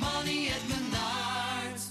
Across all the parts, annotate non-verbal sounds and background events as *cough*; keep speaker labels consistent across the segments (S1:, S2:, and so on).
S1: money at Menards.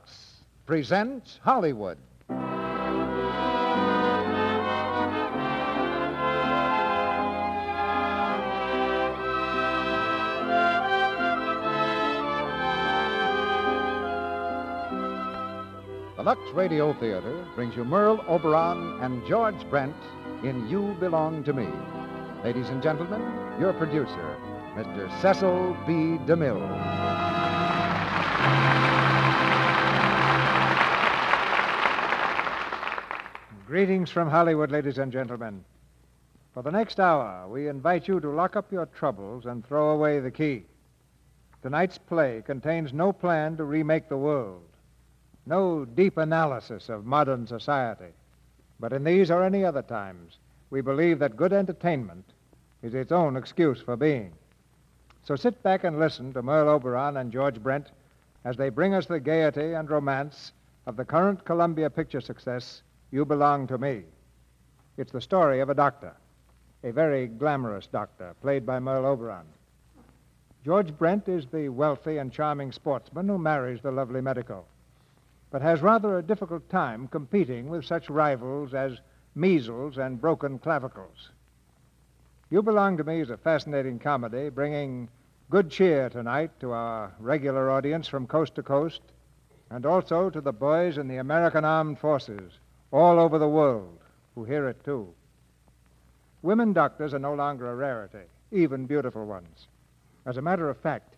S2: presents Hollywood. The Lux Radio Theater brings you Merle Oberon and George Brent in You Belong to Me. Ladies and gentlemen, your producer, Mr. Cecil B. DeMille. Greetings from Hollywood, ladies and gentlemen. For the next hour, we invite you to lock up your troubles and throw away the key. Tonight's play contains no plan to remake the world, no deep analysis of modern society. But in these or any other times, we believe that good entertainment is its own excuse for being. So sit back and listen to Merle Oberon and George Brent as they bring us the gaiety and romance of the current Columbia picture success, You Belong to Me. It's the story of a doctor, a very glamorous doctor, played by Merle Oberon. George Brent is the wealthy and charming sportsman who marries the lovely medico, but has rather a difficult time competing with such rivals as measles and broken clavicles. You Belong to Me is a fascinating comedy bringing good cheer tonight to our regular audience from coast to coast and also to the boys in the American Armed Forces all over the world who hear it too. Women doctors are no longer a rarity, even beautiful ones. As a matter of fact,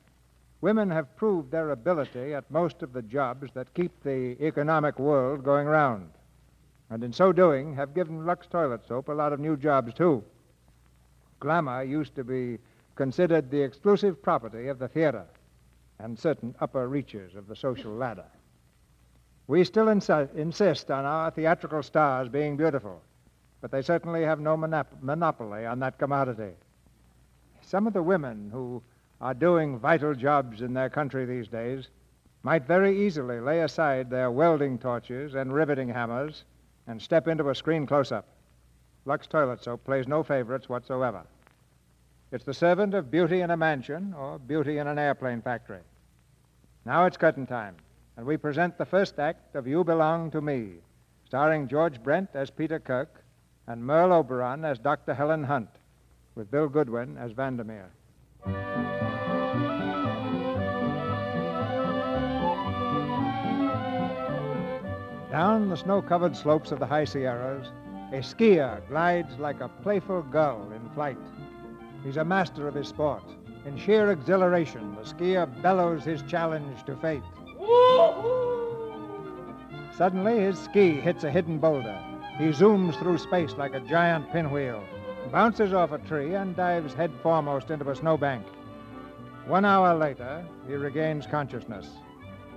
S2: women have proved their ability at most of the jobs that keep the economic world going round, and in so doing have given Lux Toilet Soap a lot of new jobs too. Glamour used to be considered the exclusive property of the theater and certain upper reaches of the social ladder. We still insi- insist on our theatrical stars being beautiful, but they certainly have no monop- monopoly on that commodity. Some of the women who are doing vital jobs in their country these days might very easily lay aside their welding torches and riveting hammers and step into a screen close up. Lux Toilet Soap plays no favorites whatsoever. It's the servant of beauty in a mansion or beauty in an airplane factory. Now it's curtain time, and we present the first act of You Belong to Me, starring George Brent as Peter Kirk and Merle Oberon as Dr. Helen Hunt, with Bill Goodwin as Vandermeer. Down the snow covered slopes of the High Sierras, a skier glides like a playful gull in flight. He's a master of his sport. In sheer exhilaration, the skier bellows his challenge to fate. Suddenly, his ski hits a hidden boulder. He zooms through space like a giant pinwheel, bounces off a tree, and dives head foremost into a snowbank. One hour later, he regains consciousness.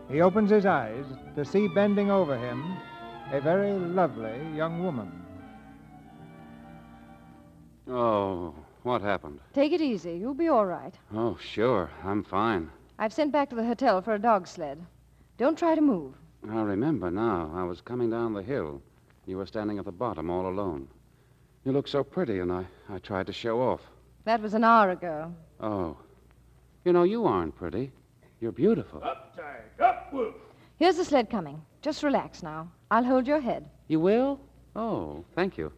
S2: He opens his eyes to see bending over him a very lovely young woman.
S3: Oh, what happened?
S4: Oh, Take it easy. You'll be all right.
S3: Oh, sure. I'm fine. I've sent back to the hotel for a dog sled. Don't try to move.
S4: I remember now. I was coming down the hill. You were standing at the bottom all alone. You looked so pretty, and I, I tried to show off.
S3: That was an hour ago.
S4: Oh. You know, you aren't pretty. You're beautiful.
S3: Here's the sled coming. Just relax now. I'll hold your head.
S4: You will? Oh, thank you.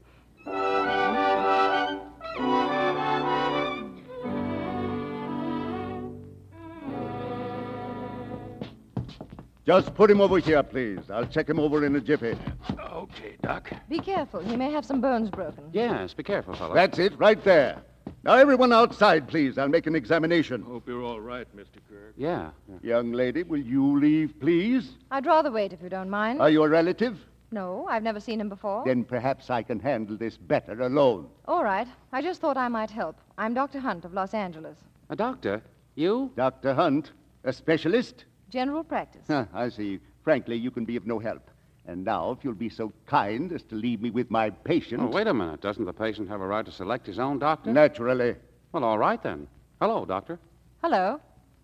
S5: Just put him over here, please. I'll check him over in a jiffy.
S4: Okay, Doc.
S3: Be careful. He may have some bones broken.
S4: Yes, be careful, fella.
S5: That's it, right there. Now, everyone outside, please. I'll make an examination.
S6: Hope you're all right, Mr. Kirk.
S4: Yeah. yeah.
S5: Young lady, will you leave, please?
S3: I'd rather wait if you don't mind.
S5: Are you a relative?
S3: No, I've never seen him before.
S5: Then perhaps I can handle this better alone.
S3: All right. I just thought I might help. I'm Dr. Hunt of Los Angeles.
S4: A doctor? You?
S5: Dr. Hunt, a specialist?
S3: General practice.
S5: Huh, I see. Frankly, you can be of no help. And now, if you'll be so kind as to leave me with my patient.
S4: Oh, wait a minute. Doesn't the patient have a right to select his own doctor?
S5: Naturally.
S4: Well, all right then. Hello, doctor.
S3: Hello.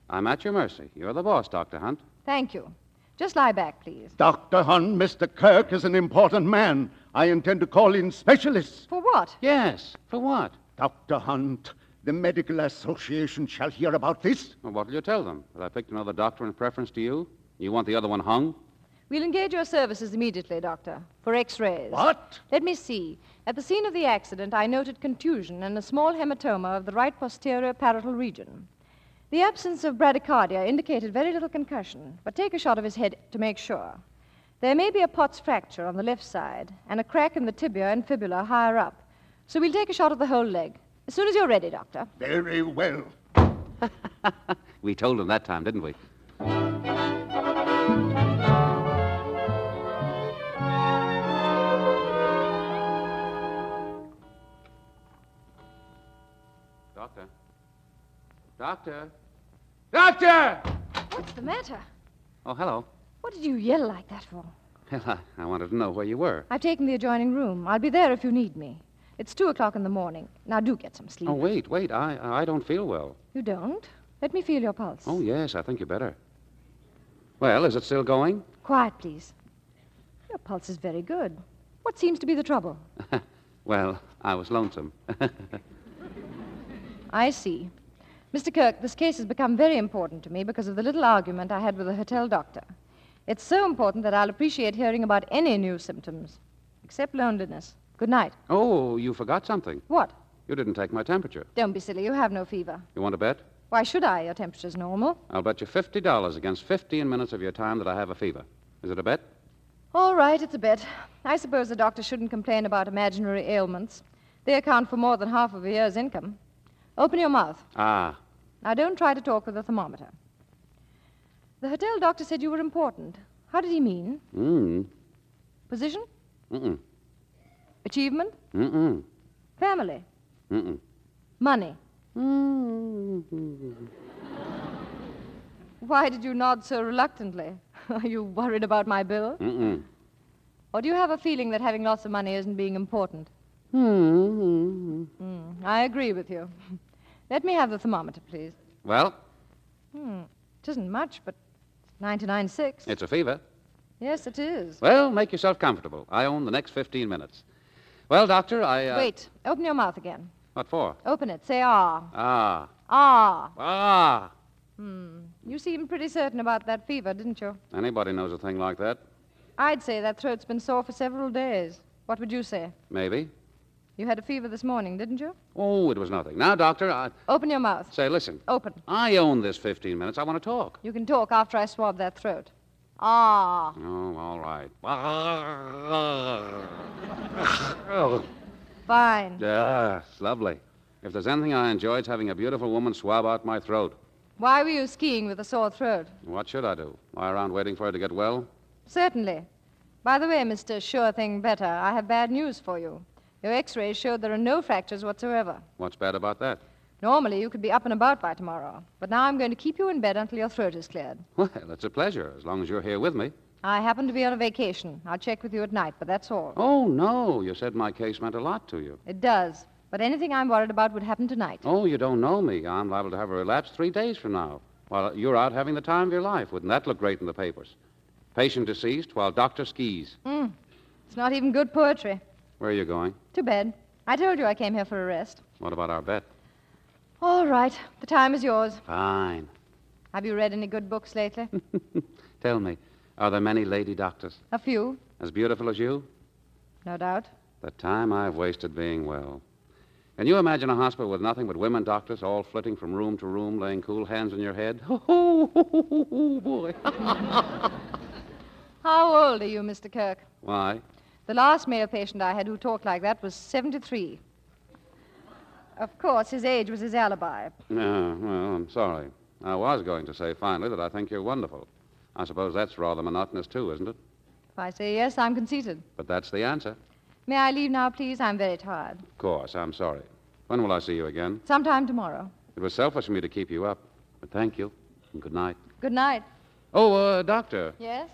S4: I'm at your mercy. You're the boss, Dr. Hunt.
S3: Thank you. Just lie back, please.
S5: Dr. Hunt, Mr. Kirk is an important man. I intend to call in specialists.
S3: For what?
S4: Yes. For what?
S5: Dr. Hunt, the Medical Association shall hear about this.
S4: Well, what'll you tell them? That I picked another doctor in preference to you? You want the other one hung?
S3: We'll engage your services immediately, Doctor, for x rays.
S5: What?
S3: Let me see. At the scene of the accident, I noted contusion and a small hematoma of the right posterior parietal region. The absence of bradycardia indicated very little concussion, but take a shot of his head to make sure. There may be a Potts fracture on the left side and a crack in the tibia and fibula higher up. So we'll take a shot of the whole leg. As soon as you're ready, Doctor.
S5: Very well.
S4: *laughs* We told him that time, didn't we? Doctor. Doctor. Doctor!
S3: What's the matter?
S4: Oh, hello.
S3: What did you yell like that for?
S4: Well, I, I wanted to know where you were.
S3: I've taken the adjoining room. I'll be there if you need me. It's two o'clock in the morning. Now do get some sleep.
S4: Oh, wait, wait. I, I don't feel well.
S3: You don't? Let me feel your pulse.
S4: Oh, yes, I think you better. Well, is it still going?
S3: Quiet, please. Your pulse is very good. What seems to be the trouble?
S4: Well, I was lonesome. *laughs*
S3: I see. Mr. Kirk, this case has become very important to me because of the little argument I had with the hotel doctor. It's so important that I'll appreciate hearing about any new symptoms, except loneliness. Good night.
S4: oh, you forgot something.
S3: What?
S4: You didn't take my temperature.
S3: Don't be silly. You have no fever.
S4: You want to bet?
S3: Why should I? Your temperature's normal.
S4: I'll bet you $50 against 15 minutes of your time that I have a fever. Is it a bet?
S3: All right, it's a bet. I suppose a doctor shouldn't complain about imaginary ailments. They account for more than half of a year's income. Open your mouth.
S4: Ah,
S3: Now, don't try to talk with a thermometer. The hotel doctor said you were important. How did he mean?
S4: mm,
S3: Position?
S4: Mm-mm.
S3: Achievement?
S4: mm-mm,
S3: Family?
S4: mm-mm.
S3: Money?
S4: Mm.
S3: Why did you nod so reluctantly? *laughs* Are you worried about my bill?
S4: Mm-mm.
S3: Or do you have a feeling that having lots of money isn't being important?
S4: Mm.
S3: I agree with you. *laughs* Let me have the thermometer, please. Hmm,
S4: Well,
S3: It isn't much, but it's 99.6.
S4: it's a fever.
S3: Yes, it is.
S4: Well, make yourself comfortable. I own the next 15 minutes. Well, Doctor, I. Uh,
S3: Wait, open your mouth again.
S4: What for?
S3: Open it. Say ah.
S4: Ah.
S3: Ah.
S4: Ah.
S3: You seemed pretty certain about that fever, didn't you?
S4: Anybody knows a thing like that.
S3: I'd say that throat's been sore for several days. What would you say?
S4: Maybe.
S3: You had a fever this morning, didn't you?
S4: Oh, it was nothing. Now, Doctor, I.
S3: Open your mouth.
S4: Say, listen.
S3: Open.
S4: I own this 15 minutes. I want to talk.
S3: You can talk after I swab that throat. Ah.
S4: Oh, all right.
S3: Fine.
S4: Oh, Yes, lovely. If there's anything I enjoy, it's having a beautiful woman swab out my throat.
S3: Why were you skiing with a sore throat?
S4: What should I do? Lie around waiting for her to get well?
S3: Certainly. By the way, Mr. Sure Thing Better, I have bad news for you. Your x rays showed there are no fractures whatsoever.
S4: What's bad about that?
S3: Normally, you could be up and about by tomorrow, but now I'm going to keep you in bed until your throat is cleared.
S4: Well, it's a pleasure, as long as you're here with me.
S3: I happen to be on a vacation. I'll check with you at night, but that's all.
S4: Oh, no. You said my case meant a lot to you.
S3: It does. But anything I'm worried about would happen tonight.
S4: Oh, you don't know me. I'm liable to have a relapse three days from now. Well, you're out having the time of your life. Wouldn't that look great in the papers? Patient deceased while doctor skis.
S3: Hmm. It's not even good poetry.
S4: Where are you going?
S3: Too bad. I told you I came here for a rest.
S4: What about our bet?
S3: All right. The time is yours.
S4: Fine.
S3: Have you read any good books lately?
S4: Tell me, are there many lady doctors
S3: a few,
S4: as beautiful as you?
S3: no doubt.
S4: The time I've wasted being well. Can you imagine a hospital with nothing but women doctors all flitting from room to room, laying cool hands on your head? *laughs* Oh, boy. *laughs*
S3: How old are you, Mr. Kirk?
S4: Why?
S3: The last male patient I had who talked like that was 73. Of course, his age was his alibi.
S4: No, well, I'm sorry. I was going to say finally that I think you're wonderful. I suppose that's rather monotonous, too, isn't it?
S3: If I say yes, I'm conceited.
S4: But that's the answer.
S3: May I leave now, please? I'm very tired.
S4: Of course, I'm sorry. When will I see you again?
S3: Sometime tomorrow.
S4: It was selfish of me to keep you up, but thank you, and good night.
S3: Good night.
S4: Oh, uh, Doctor,
S3: Yes?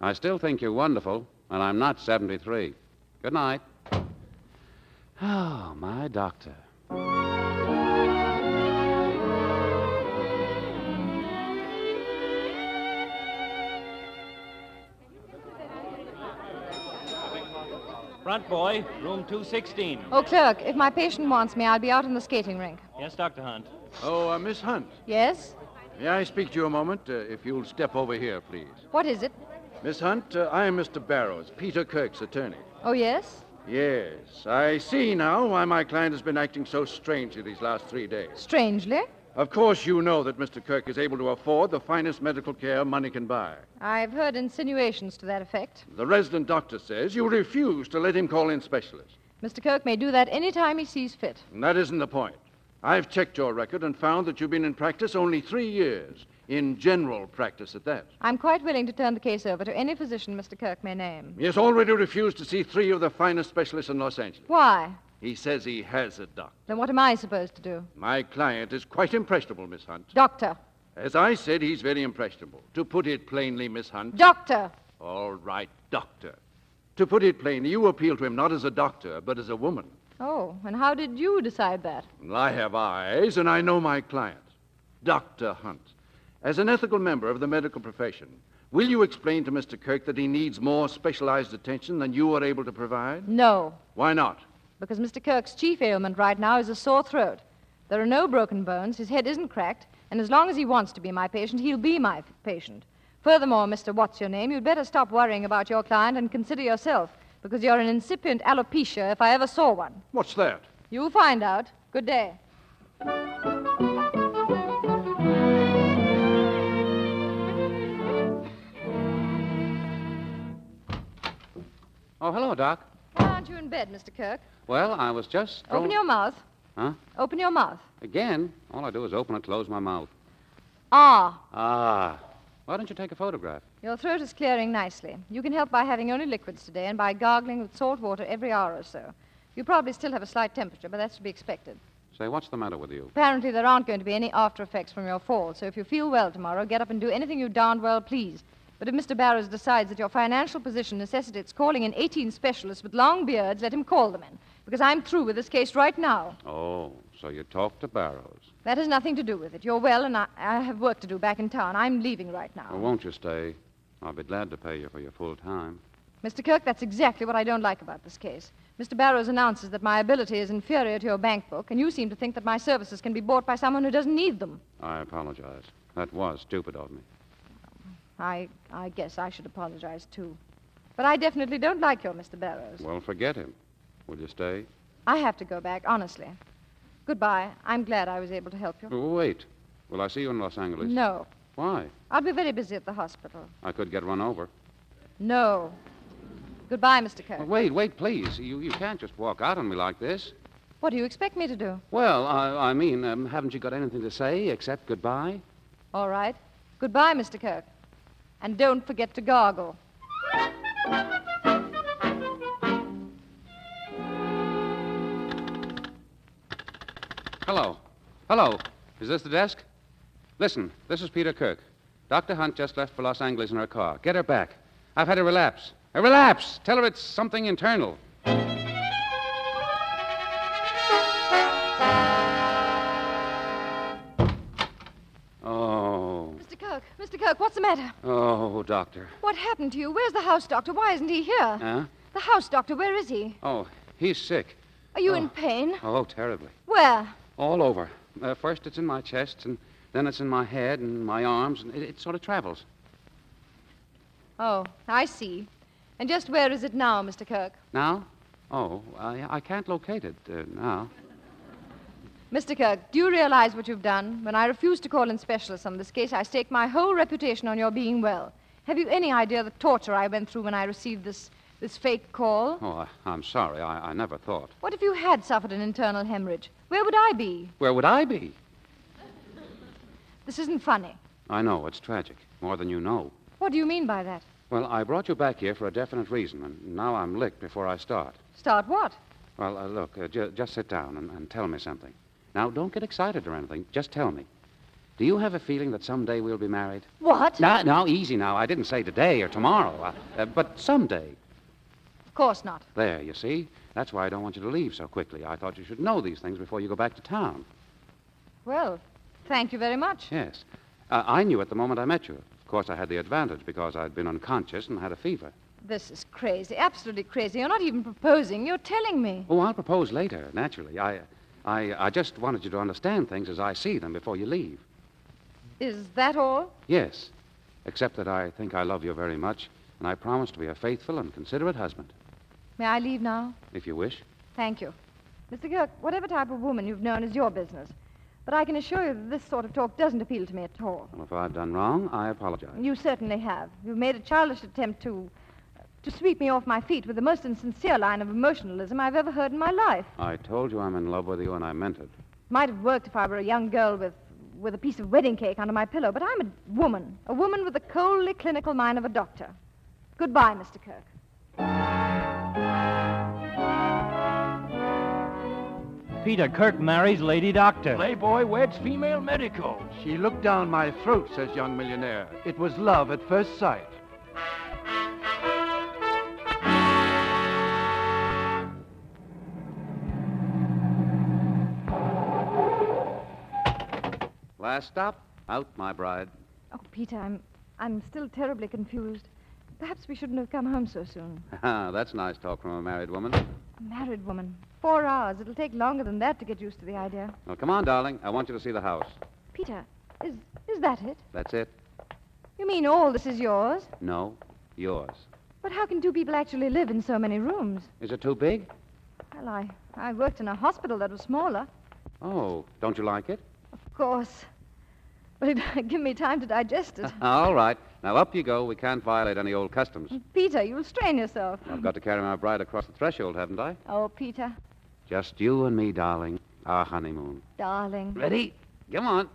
S4: I still think you're wonderful, and I'm not 73. Good night. Oh, my doctor.
S7: Front boy, room 216.
S3: Oh, clerk, if my patient wants me, I'll be out in the skating rink.
S7: Yes, Dr. Hunt.
S6: Oh, uh, Miss Hunt,
S3: Yes?
S6: may I speak to you a moment? Uh, if you'll step over here, please.
S3: What is it?
S6: Miss Hunt, uh, I am Mr. Barrows, Peter Kirk's attorney.
S3: Oh, yes?
S6: Yes, I see now why my client has been acting so strangely these last three days.
S3: Strangely.
S6: Of course, you know that Mr. Kirk is able to afford the finest medical care money can buy.
S3: I've heard insinuations to that effect.
S6: The resident doctor says you refuse to let him call in specialists.
S3: Mr. Kirk may do that any time he sees fit.
S6: And that isn't the point. I've checked your record and found that you've been in practice only three years, in general practice at that.
S3: I'm quite willing to turn the case over to any physician Mr. Kirk may name.
S6: He has already refused to see three of the finest specialists in Los Angeles.
S3: Why?
S6: He says he has a doctor.
S3: Then what am I supposed to do?
S6: My client is quite impressionable, Miss Hunt.
S3: Doctor.
S6: As I said, he's very impressionable. To put it plainly, Miss Hunt.
S3: Doctor.
S6: All right, doctor. To put it plainly, you appeal to him not as a doctor, but as a woman.
S3: Oh, and how did you decide that?
S6: Well, I have eyes, and I know my client, Dr. Hunt. As an ethical member of the medical profession, will you explain to Mr. Kirk that he needs more specialized attention than you are able to provide?
S3: No,
S6: Why not?
S3: because Mr. Kirk's chief ailment right now is a sore throat. There are no broken bones, his head isn't cracked, and as long as he wants to be my patient, he'll be my f- patient. Furthermore, Mr. What's Your Name, you'd better stop worrying about your client and consider yourself, because you're an incipient alopecia if I ever saw one.
S6: What's that?
S3: You'll find out. Good day.
S4: Oh, hello, Doc.
S3: Why aren't you in bed, Mr. Kirk?
S4: Well, I was just.
S3: Open
S4: thrown-
S3: your mouth.
S4: Oh. Huh?
S3: Open your mouth.
S4: Again? All I do is open and close my mouth.
S3: Ah,
S4: Ah. Why don't you take a photograph?
S3: your throat is clearing nicely. You can help by having only liquids today and by gargling with salt water every hour or so. You probably still have a slight temperature, but that's to be expected.
S4: Say, what's the matter with you?
S3: Apparently, there aren't going to be any after effects from your fall, so if you feel well tomorrow, get up and do anything you darned well please. But if Mr. Barrows decides that your financial position necessitates calling in 18 specialists with long beards, let him call them in, because I'm through with this case right now.
S4: Oh, so you talked to Barrows.
S3: That has nothing to do with it. You're well, and I, I have work to do back in town. I'm leaving right now.
S4: Well, won't you stay? I'll be glad to pay you for your full time.
S3: Mr. Kirk, that's exactly what I don't like about this case. Mr. Barrows announces that my ability is inferior to your bank book, and you seem to think that my services can be bought by someone who doesn't need them.
S4: I apologize. That was stupid of me.
S3: I, I guess I should apologize, too. But I definitely don't like your Mr. Barrows.
S4: Well, forget him. Will you stay?
S3: I have to go back, honestly. Goodbye. I'm glad I was able to help you.
S4: Oh, Wait. Will I see you in Los Angeles?
S3: No.
S4: Why?
S3: I'll be very busy at the hospital.
S4: I could get run over.
S3: No. Goodbye, Mr.
S4: Oh,
S3: Kirk.
S4: wait, wait, please. You, you can't just walk out on me like this.
S3: What do you expect me to do?
S4: Well, I, I mean, um, haven't you got anything to say except goodbye?
S3: All right. Goodbye, Mr. Kirk. And don't forget to gargle.
S4: Hello. Hello. Is this the desk? Listen, this is Peter Kirk. Dr. Hunt just left for Los Angeles in her car. Get her back. I've had a relapse. A relapse! Tell her it's something internal. Oh,
S3: Kirk, what's the matter?
S4: Oh, doctor.
S3: What happened to you? Where's the house doctor? Why isn't he here?
S4: Huh?
S3: The house doctor, where is he?
S4: Oh, he's sick.
S3: Are you in pain?
S4: Oh, terribly.
S3: Where?
S4: All over. Uh, first it's in my chest, and then it's in my head and my arms, and it, it sort of travels.
S3: Oh, I see. And just where is it now, Mr. Kirk?
S4: Now? Oh, I, I can't locate it uh, now.
S3: Mr. Kirk, do you realize what you've done? When I refuse to call in specialists on this case, I stake my whole reputation on your being well. Have you any idea the torture I went through when I received this this fake call?
S4: Oh, I, I'm sorry. I, I never thought.
S3: What if you had suffered an internal hemorrhage? Where would I be?
S4: Where would I be?
S3: This isn't funny.
S4: I know, it's tragic. More than you know.
S3: What do you mean by that?
S4: Well, I brought you back here for a definite reason, and now I'm licked before I start.
S3: Start what?
S4: Well, uh, look, uh, ju- just sit down and, and tell me something. Now, don't get excited or anything. Just tell me. Do you have a feeling that someday we'll be married?
S3: What?
S4: Now, now, e- easy now. I didn't say today or tomorrow, uh, uh, but someday.
S3: Of course not.
S4: There, you see? That's why I don't want you to leave so quickly. I thought you should know these things before you go back to town.
S3: Well, thank you very much.
S4: Yes. Uh, I knew at the moment I met you. Of course, I had the advantage because I'd been unconscious and had a fever.
S3: This is crazy, absolutely crazy. You're not even proposing, you're telling me.
S4: Oh, I'll propose later, naturally. I, I, I just wanted you to understand things as I see them before you leave.
S3: Is that all?
S4: Yes, except that I think I love you very much, and I promise to be a faithful and considerate husband,
S3: May I leave now?
S4: if you wish.
S3: Thank you. Mr. Kirk, whatever type of woman you've known is your business. But I can assure you that this sort of talk doesn't appeal to me at all.
S4: Well, if I've done wrong, I apologize.
S3: You certainly have. You've made a childish attempt to. to sweep me off my feet with the most insincere line of emotionalism I've ever heard in my life.
S4: I told you I'm in love with you, and I meant it.
S3: Might have worked if I were a young girl with. with a piece of wedding cake under my pillow, but I'm a woman. A woman with the coldly clinical mind of a doctor. Goodbye, Mr. Kirk.
S7: uh, Peter Kirk marries Lady Doctor.
S6: Playboy weds female medico. She looked down my throat, says young millionaire. It was love at first sight.
S4: Last stop, out, my bride. *laughs*
S3: Oh, Peter, I'm. I'm still terribly confused. Perhaps we shouldn't have come home so soon.
S4: That's nice talk from a married woman.
S3: A married woman. Four hours. It'll take longer than that to get used to the idea.
S4: Well, come on, darling. I want you to see the house.
S3: Peter, is is that it?
S4: That's it?
S3: You mean all this is yours?
S4: No, yours.
S3: But how can two people actually live in so many rooms?
S4: Is it too big?
S3: Well, I, I worked in a hospital that was smaller,
S4: Oh, don't you like it?
S3: of course. But it *laughs* give me time to digest it.
S4: All right. Now up you go. We can't violate any old customs.
S3: Peter, you'll strain yourself.
S4: I've got to carry my bride across the threshold, haven't I?
S3: Oh, Peter,
S4: Just you and me, darling. Our honeymoon.
S3: darling. *laughs*
S4: Ready? Come on.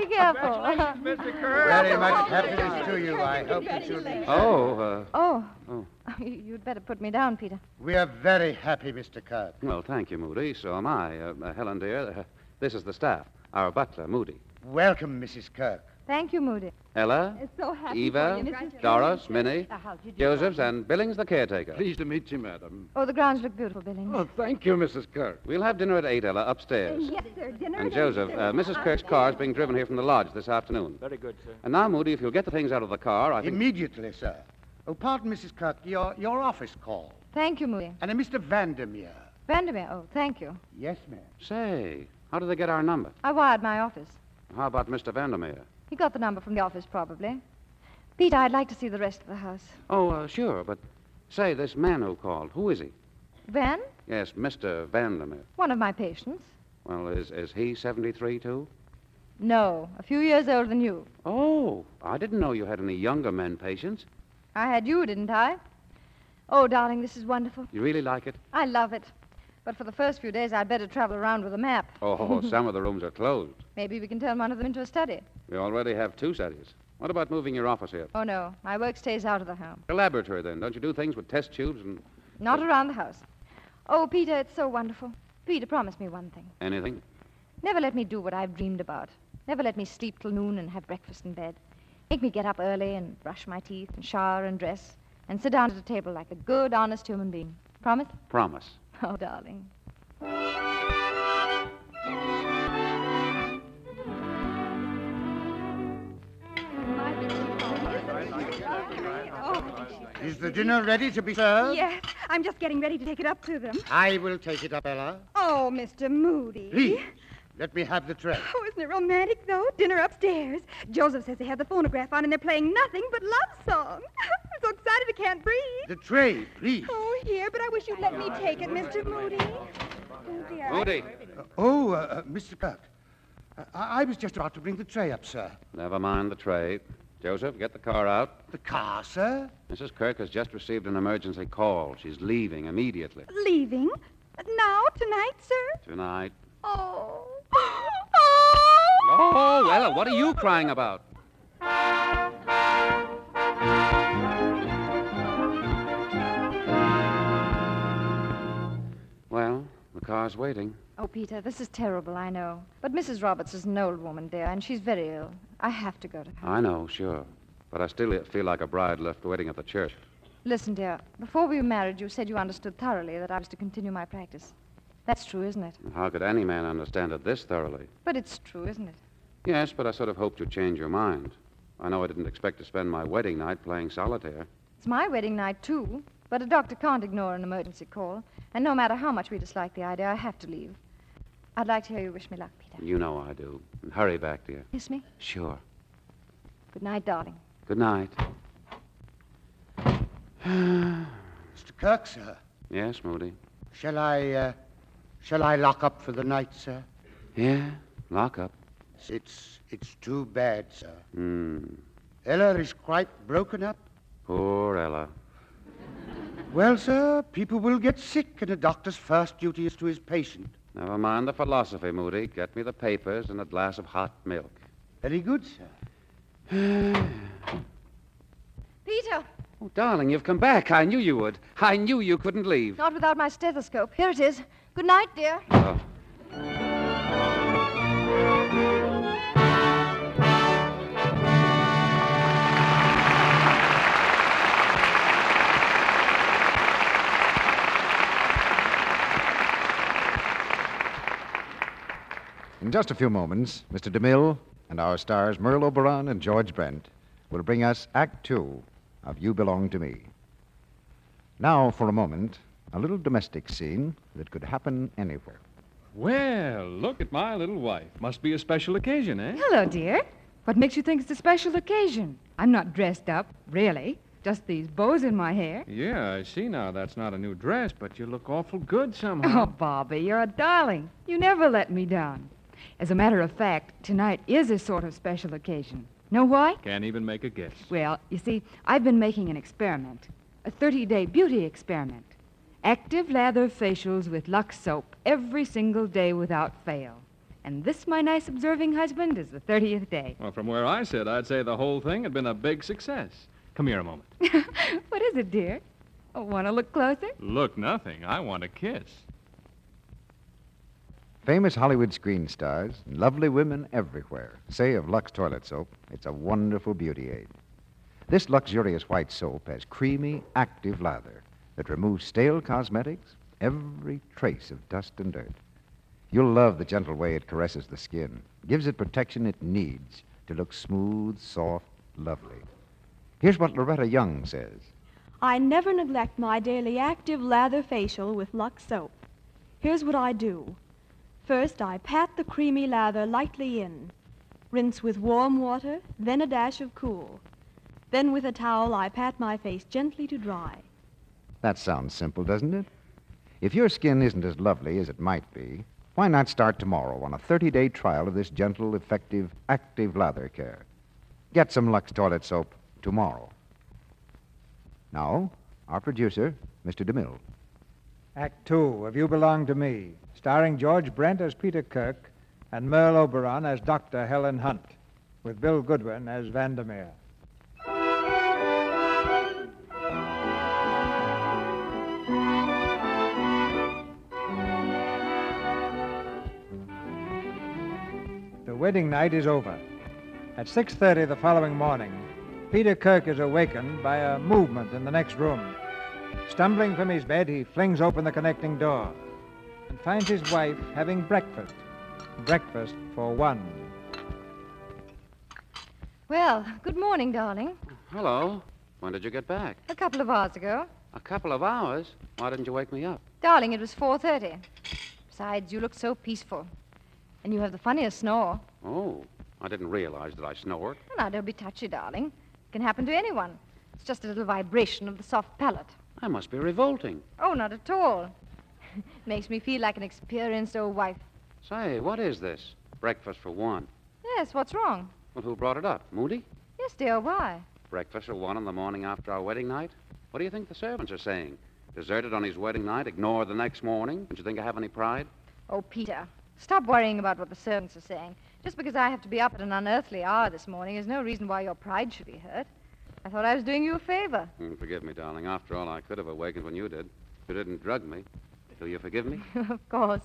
S3: Be careful.
S2: Very much happiness to you. I hope that you'll be.
S4: Oh, uh,
S3: oh.
S4: Oh.
S3: *laughs* You'd better put me down, Peter.
S8: We are very happy, Mr. Kirk.
S4: well, thank you, Moody. So am I. Uh, uh, Helen, dear, uh, this is the staff. Our butler, Moody.
S8: Welcome, Mrs. Kirk.
S3: Thank you, Moody.
S4: Ella,
S3: so
S4: Eva, Doris, Minnie, Josephs, and Billings, the caretaker.
S6: Pleased to meet you, madam.
S3: Oh, the grounds look beautiful, Billings.
S6: Oh, thank you, Mrs. Kirk.
S4: We'll have dinner at 8, Ella, upstairs.
S3: Yes, sir. Dinner
S4: And Joseph, uh, Mrs. Kirk's car is being driven here from the lodge this afternoon.
S7: Very good, sir.
S4: And now, Moody, if you'll get the things out of the car, I think...
S8: Immediately, sir. Oh, pardon, Mrs. Kirk, your, your office call.
S3: Thank you, Moody.
S8: And a Mr. Vandermeer.
S3: Vandermeer, oh, thank you.
S8: Yes, ma'am.
S4: Say, how did they get our number?
S3: I wired my office.
S4: How about Mr. Vandermeer?
S3: He got the number from the office, probably. Peter, I'd like to see the rest of the house.
S4: Oh, uh, sure, but say, this man who called, who is he?
S3: Van,
S4: Yes, Mr. Vandermeer.
S3: one of my patients.
S4: Well, is, is he 73, too?
S3: No, a few years older than you.
S4: Oh, I didn't know you had any younger men patients.
S3: I had you, didn't I? Oh, darling, this is wonderful.
S4: You really like it?
S3: I love it. But for the first few days, I'd better travel around with a map.
S4: Oh, *laughs* some of the rooms are closed.
S3: Maybe we can turn one of them into a study.
S4: We already have two studies. What about moving your office here?
S3: Oh, no, my work stays out of the home,
S4: A laboratory, then. Don't you do things with test tubes and
S3: not around the house. Oh, Peter, it's so wonderful. Peter, promise me one thing.
S4: anything?
S3: Never let me do what I've dreamed about. Never let me sleep till noon and have breakfast in bed. Make me get up early and brush my teeth and shower and dress and sit down at a table like a good, honest human being. Promise? *laughs*
S4: Promise.
S3: Oh, darling.
S8: Is the dinner ready to be served?
S9: Yes, I'm just getting ready to take it up to them.
S8: I will take it up, Ella.
S9: Oh, Mr. Moody.
S8: Please, let me have the tray.
S9: Oh, isn't it romantic, though? Dinner upstairs. Joseph says they have the phonograph on and they're playing nothing but love songs. *laughs* I'm so excited I can't breathe.
S8: The tray, please.
S9: Oh, here, but I wish you'd let me take it, Mr. Moody. Oh, dear.
S4: Moody.
S8: Oh, uh, uh, Mr. Kirk. Uh, I-, I was just about to bring the tray up, *sighs* sir.
S4: Never mind the tray. Joseph, get the car out.
S8: The car, sir?
S4: Mrs. Kirk has just received an emergency call. She's leaving immediately.
S9: Leaving? Now, tonight, sir?
S4: Tonight.
S9: Oh.
S4: Oh, Ella, what are you crying about? Well, the car's waiting.
S3: Oh, Peter, this is terrible, I know. But Mrs. Roberts is an old woman, dear, and she's very ill. I have to go to her.
S4: I know, sure. But I still feel like a bride left waiting at the church.
S3: Listen, dear, before we were married, you said you understood thoroughly that I was to continue my practice. That's true, isn't it?
S4: How could any man understand it this thoroughly?
S3: But it's true, isn't it?
S4: Yes, but I sort of hoped you'd change your mind. I know I didn't expect to spend my wedding night playing solitaire.
S3: It's my wedding night, too. But a doctor can't ignore an emergency call. And no matter how much we dislike the idea, I have to leave. I'd like to hear you wish me luck, Peter.
S4: You know I do. And hurry back, dear.
S3: Kiss me?
S4: Sure.
S3: Good night, darling.
S4: Good night.
S8: Mr. Kirk, sir.
S4: Yes, Moody.
S8: Shall I, uh, shall I lock up for the night, sir?
S4: Yeah, lock up.
S8: It's, it's too bad, sir.
S4: Hmm.
S8: Ella is quite broken up.
S4: Poor Ella.
S8: Well, sir, people will get sick, and a doctor's first duty is to his patient.
S4: Never mind the philosophy, Moody. Get me the papers and a glass of hot milk.
S8: Very good, sir.
S3: Peter,
S4: Oh, darling, you've come back. I knew you would. I knew you couldn't leave.
S3: not without my stethoscope. Here it is. Good night, dear.
S4: Oh.
S10: In just a few moments, Mr. DeMille and our stars Merle Oberon and George Brent will bring us Act Two of You Belong to Me. Now, for a moment, a little domestic scene that could happen anywhere.
S11: Well, look at my little wife. Must be a special occasion, eh?
S12: Hello, dear. What makes you think it's a special occasion? I'm not dressed up, really. Just these bows in my hair.
S11: Yeah, I see now that's not a new dress, but you look awful good
S12: Oh,
S11: somehow.
S12: Bobby, you're a darling. You never let me down. As a matter of fact, tonight is a sort of special occasion. Know why?
S11: Can't even make a guess.
S12: Well, you see, I've been making an experiment a 30 day beauty experiment. Active lather facials with Lux soap every single day without fail. And this, my nice observing husband, is the 30th day. *laughs*
S11: Well, from where I sit, I'd say the whole thing had been a big success. Come here a moment.
S12: What is it, dear? Oh, want to look closer?
S11: Look, nothing. I want a kiss.
S10: Famous Hollywood screen stars and lovely women everywhere say of Lux toilet soap, it's a wonderful beauty aid. This luxurious white soap has creamy, active lather that removes stale cosmetics, every trace of dust and dirt. You'll love the gentle way it caresses the skin, gives it protection it needs to look smooth, soft, lovely. Here's what Loretta Young says.
S13: I never neglect my daily active lather facial with Lux soap. Here's what I do. First, I pat the creamy lather lightly in. Rinse with warm water, then a dash of cool. Then with a towel, I pat my face gently to dry.
S10: That sounds simple, doesn't it? If your skin isn't as lovely as it might be, why not start tomorrow on a 30 day trial of this gentle, effective, active lather care? Get some Lux toilet soap tomorrow. Now, our producer, Mr. DeMille.
S2: Act two of You Belong to Me, starring George Brent as Peter Kirk and Merle Oberon as Dr. Helen Hunt, with Bill Goodwin as Vandermeer. The wedding night is over. At 6:30 the following morning, Peter Kirk is awakened by a movement in the next room. Stumbling from his bed, he flings open the connecting door and finds his wife having breakfast. Breakfast for one.
S3: Well, good morning, darling.
S4: Hello. When did you get back?
S3: A couple of hours ago.
S4: A couple of hours? Why didn't you wake me up?
S3: Darling, it was 4.30. Besides, you look so peaceful. And you have the funniest snore.
S4: Oh, I didn't realize that I snored.
S3: Well, now, don't be touchy, darling. It can happen to anyone. It's just a little vibration of the soft palate.
S4: I must be revolting.
S3: Oh, not at all. *laughs* Makes me feel like an experienced old wife.
S4: Say, what is this? Breakfast for one.
S3: Yes, what's wrong?
S4: Well, who brought it up? Moody?
S3: Yes, dear, why?
S4: Breakfast for one in the morning after our wedding night? What do you think the servants are saying? Deserted on his wedding night, ignored the next morning? Don't you think I have any pride?
S3: Oh, Peter, stop worrying about what the servants are saying. Just because I have to be up at an unearthly hour this morning is no reason why your pride should be hurt. I thought I was doing you a *laughs* favor.
S4: Mm, forgive me, darling. After all, I could have awakened when you did. You didn't drug me. Do you forgive me?
S3: of course.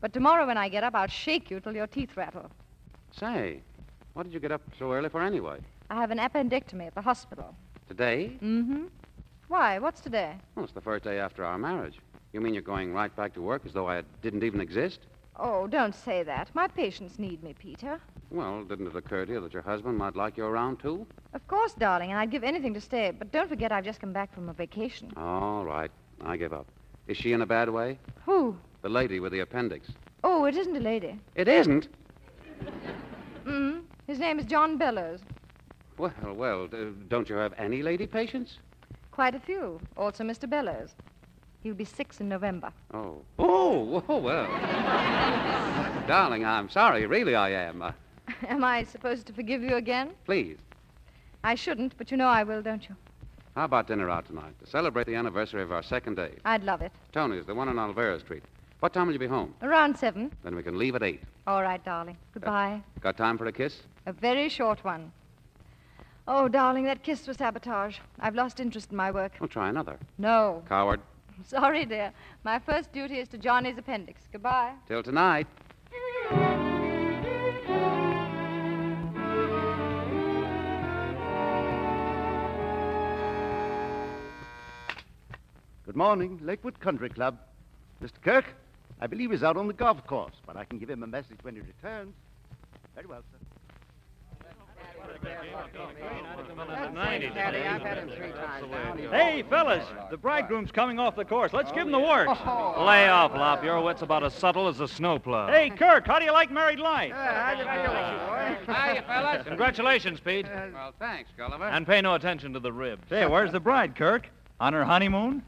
S3: But tomorrow when I get up, I'll shake you till your teeth rattle.
S4: Say, what did you get up so early for anyway?
S3: I have an appendectomy at the hospital.
S4: Today?
S3: Mm-hmm. Why? What's today?
S4: Well, it's the first day after our marriage. You mean you're going right back to work as though I didn't even exist?
S3: Oh, don't say that. My patients need me, Peter.
S4: Well, didn't it occur to you that your husband might like you around, too?
S3: Of course, darling, and I'd give anything to stay. But don't forget, I've just come back from a vacation.
S4: All right. I give up. Is she in a bad way?
S3: Who?
S4: The lady with the appendix.
S3: Oh, it isn't a lady.
S4: It isn't?
S3: Mm. His name is John Bellows.
S4: Well, well, d- don't you have any lady patients?
S3: Quite a few. Also, Mr. Bellows. He'll be six in November. *laughs*
S4: Oh. Oh, oh well. Darling, I'm sorry. Really, I am. Uh,
S3: Am I supposed to forgive you again?
S4: please,
S3: I shouldn't, but you know I will, don't you?
S4: how about dinner out tonight to celebrate the anniversary of our second date?
S3: I'd love it.
S4: Tony's, the one on Alvera Street. What time will you be home?
S3: Around seven.
S4: Then we can leave at eight.
S3: All right, darling. Goodbye.
S4: Got time for a kiss?
S3: A very short one. Oh, darling, that kiss was sabotage. I've lost interest in my work.
S4: We'll try another.
S3: No. *laughs*
S4: Coward.
S3: Sorry, dear. My first duty is to Johnny's appendix. Goodbye.
S4: Till tonight.
S5: Good morning, Lakewood Country Club. Mr. Kirk, I believe he's out on the golf course, but I can give him a message when he returns. Very well, sir.
S7: Hey, fellas, the bridegroom's coming off the course. Let's give him the works. Lay off, Lop. Your wit's about as subtle as a snowplow. Hey, Kirk, how do you like married life?
S14: *laughs*
S4: Hiya, fellas.
S7: Congratulations, Pete.
S4: Well, thanks, Gulliver.
S7: And pay no attention to the ribs. Hey, where's the bride, Kirk? On her *laughs* honeymoon?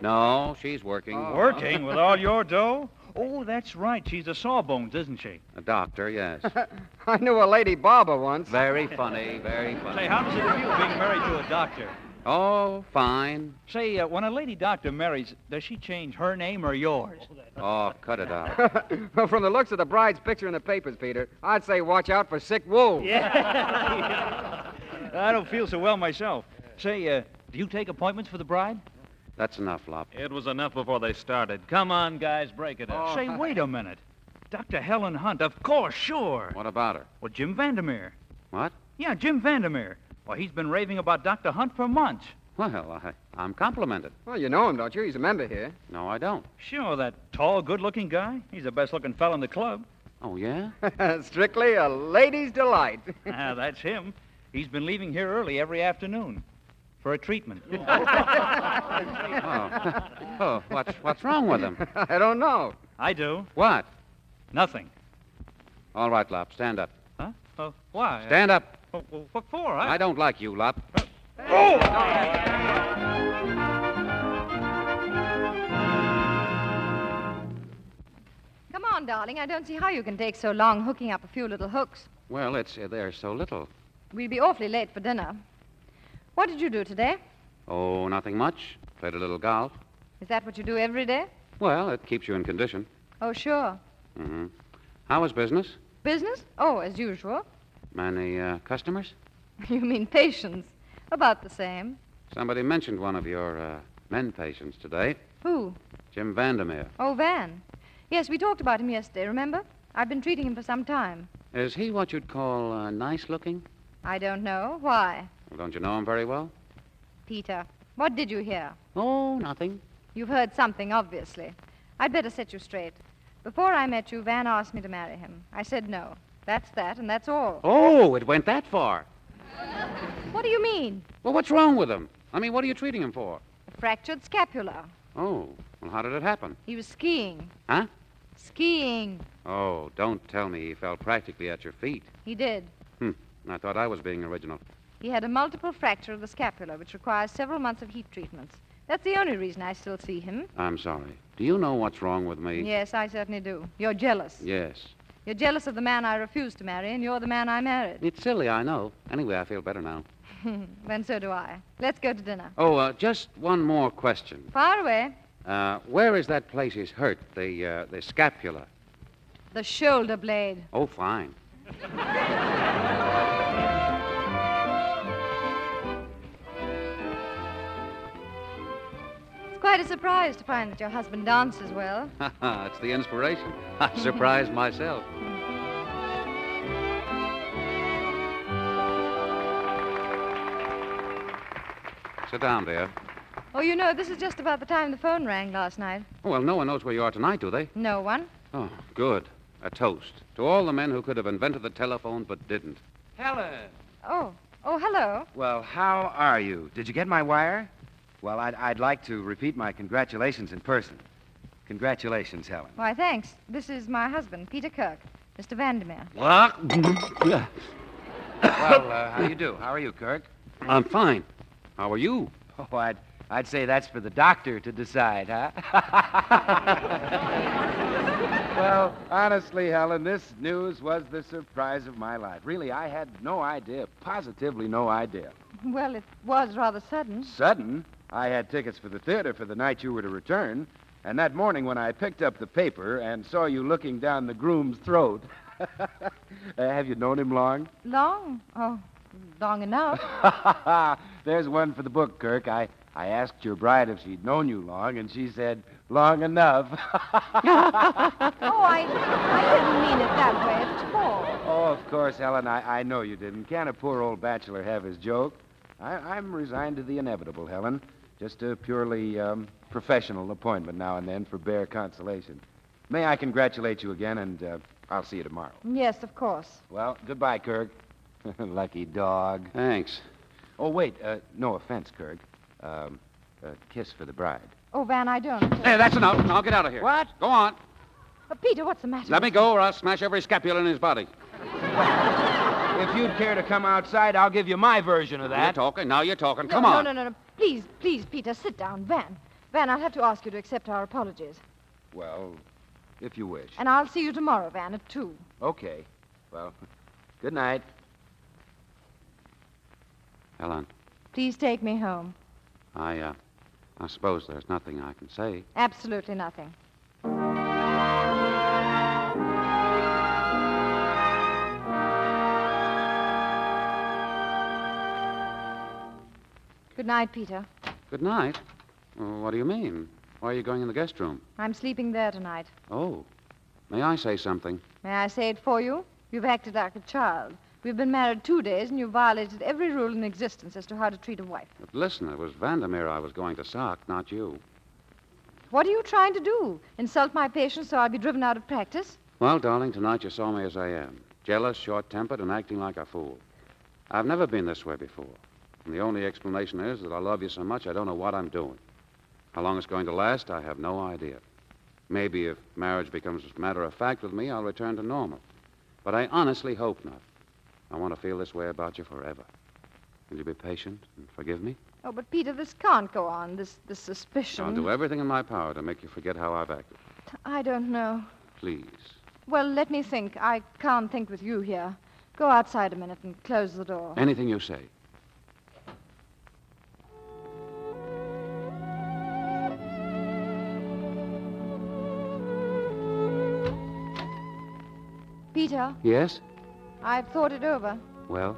S4: No, she's working.
S7: Oh. Working with all your dough? Oh, that's right. She's a sawbones, isn't she?
S4: A doctor,
S7: *laughs*
S4: yes.
S15: *laughs* I knew a lady barber once.
S4: Very funny, very funny.
S7: Say, how does it feel being married to a doctor?
S4: Oh, fine.
S7: Say, uh, when a lady doctor marries, does she change her name or yours?
S4: Oh, cut it out.
S15: well, *laughs* from the looks of the bride's picture in the papers, Peter, I'd say watch out for sick
S7: *laughs*
S15: wolves.
S7: Yeah. I don't feel so well myself. Say, uh, do you take appointments for the bride?
S4: That's enough, Lop.
S16: It was enough before they started. Come on, guys, break it
S4: Oh.
S16: up.
S7: Say, wait a minute. Dr. Helen Hunt, of course, sure.
S4: What about her?
S7: Well, Jim Vandermeer.
S4: What?
S7: Yeah, Jim Vandermeer. Well, he's been raving about Dr. Hunt for months.
S4: Well, I, I'm complimented.
S15: Well, you know him, don't you? He's a member here.
S4: No, I don't.
S7: Sure, that tall, good looking guy. He's the best looking fellow in the club.
S4: Oh, yeah? *laughs*
S15: Strictly a lady's delight.
S7: *laughs* ah, that's him. He's been leaving here early every afternoon for a treatment.
S4: Oh, *laughs* oh what's, what's wrong with him?
S15: I don't know.
S7: *laughs* I do.
S4: What?
S7: Nothing.
S4: All right, Lop, stand up.
S7: Oh, why?
S4: Stand up.
S7: Oh, well, what for? I...
S4: I don't like you, Lop.
S7: *laughs*
S3: Come on, darling. I don't see how you can take so long hooking up a few little hooks.
S4: Well, it's uh, there's so little.
S3: We'll be awfully late for dinner. What did you do today?
S4: Oh, nothing much. Played a little golf.
S3: Is that what you do every day?
S4: Well, it keeps you in condition.
S3: Oh, sure.
S4: Mm-hmm. How was business?
S3: Business? Oh, as usual. *laughs*
S4: Many uh, customers?
S3: you mean patients. About the same.
S4: Somebody mentioned one of your uh, men patients today,
S3: Who?
S4: Jim Vandermeer.
S3: Oh, Van. Yes, we talked about him yesterday, remember? I've been treating him for some time.
S4: Is he what you'd call uh, nice looking?
S3: I don't know. Why?
S4: Well, don't you know him very well?
S3: Peter, what did you hear?
S4: Oh, nothing.
S3: You've heard something, obviously. I'd better set you straight. Before I met you, Van asked me to marry him. I said no. That's that, and that's all.
S4: Oh, it went that far.
S3: What do you mean? mean?
S4: Well, what's wrong with him? I mean, what are you treating him for?
S3: A fractured scapula.
S4: Oh, well, how did it happen?
S3: He was skiing.
S4: Huh?
S3: Skiing.
S4: Oh, don't tell me he fell practically at your feet.
S3: He did.
S4: Hmm. I thought I was being original.
S3: He had a multiple fracture of the scapula, which requires several months of heat treatments. That's the only reason I still see him.
S4: I'm sorry. Do you know what's wrong with me?
S3: Yes, I certainly do. You're jealous.
S4: Yes.
S3: You're jealous of the man I refused to marry, and you're the man I married. *laughs*
S4: It's silly, I know. Anyway, I feel better now.
S3: then so do I. Let's go to dinner.
S4: Oh, uh, just one more question.
S3: Far away,
S4: Uh, where is that place he's hurt? The uh, the scapula.
S3: the shoulder blade.
S4: Oh, fine. *laughs*
S3: It's quite a surprise to find that your husband dances well.
S4: it's the inspiration. *laughs* I surprised myself. Sit down, dear.
S3: Oh, you know, this is just about the time the phone rang last night.
S4: Oh, well, no one knows where you are tonight, do they?
S3: No one.
S4: Oh, good. A toast to all the men who could have invented the telephone but didn't.
S14: Helen!
S3: Oh, oh, hello.
S14: Well, how are you? Did you get my wire? Well, I'd, I'd like to repeat my congratulations in person. Congratulations, Helen.
S3: Why, thanks. This is my husband, Peter Kirk, Mr. Vandermeer.
S14: *laughs* well, uh, how you do? How are you, Kirk?
S4: I'm fine. How are you?
S14: Oh, I'd, I'd say that's for the doctor to decide, huh? *laughs* well, honestly, Helen, this news was the surprise of my life. Really, I had no idea, positively no idea.
S3: Well, it was rather sudden.
S14: Sudden, I had tickets for the theater for the night you were to return, and that morning when I picked up the paper and saw you looking down the groom's throat. *laughs* Uh, have you known him long? *laughs*
S3: Long? Oh, long enough.
S14: There's one for the book, Kirk. I, I asked your bride if she'd known you long, and she said, long enough. *laughs*
S3: *laughs* Oh, I, I didn't mean it that way at all.
S14: Oh, of course, Helen, I, I know you didn't. Can't a poor old bachelor have his joke? I, I'm resigned to the inevitable, Helen. Just a purely um, professional appointment now and then for bare consolation. May I congratulate you again, and uh, I'll see you tomorrow.
S3: *laughs* Yes, of course.
S14: Well, goodbye, Kirk. *laughs* Lucky dog.
S4: Thanks.
S14: Oh, wait. Uh, no offense, Kirk. Um, a kiss for the bride.
S3: Oh, Van, I don't.
S4: Hey, that's enough. Now get out of here. What? Go on.
S3: Uh, Peter, what's the matter?
S4: Let me go, or I'll smash every scapula in his body.
S14: *laughs* If you'd care to come outside, I'll give you my version of
S4: You're talking. Now you're talking.
S3: No,
S4: Come
S3: no,
S4: on.
S3: No, no, no, no. Please, please, Peter, sit down. Van, Van, I'll have to ask you to accept our apologies.
S14: Well, if you wish.
S3: And I'll see you tomorrow, Van, at two.
S14: Okay. Well, good night.
S4: Helen,
S3: Please take me home.
S4: I, uh, I suppose there's nothing I can say.
S3: Absolutely nothing. Good night, Peter.
S4: Good night. Well, what do you mean? Why are you going in the guest room?
S3: I'm sleeping there tonight.
S4: Oh, may I say something?
S3: May I say it for you? You've acted like a child. We've been married two days, and you violated every rule in existence as to how to treat a wife.
S4: But listen, it was Vandermeer I was going to sock, not you.
S3: What are you trying to do? Insult my patience so I'll be driven out of practice?
S4: Well, darling, tonight you saw me as I am jealous, short tempered, and acting like a fool. I've never been this way before. And the only explanation is that I love you so much I don't know what I'm doing. How long it's going to last, I have no idea. Maybe if marriage becomes a matter of fact with me, I'll return to normal. But I honestly hope not. I want to feel this way about you forever. Will you be patient and forgive me?
S3: Oh, but Peter, this can't go on. This this suspicion.
S4: I'll do everything in my power to make you forget how I've acted.
S3: I don't know.
S4: Please.
S3: Well, let me think. I can't think with you here. Go outside a minute and close the door.
S4: Anything you say.
S3: Peter,
S4: Yes?
S3: I've thought it over.
S4: Well,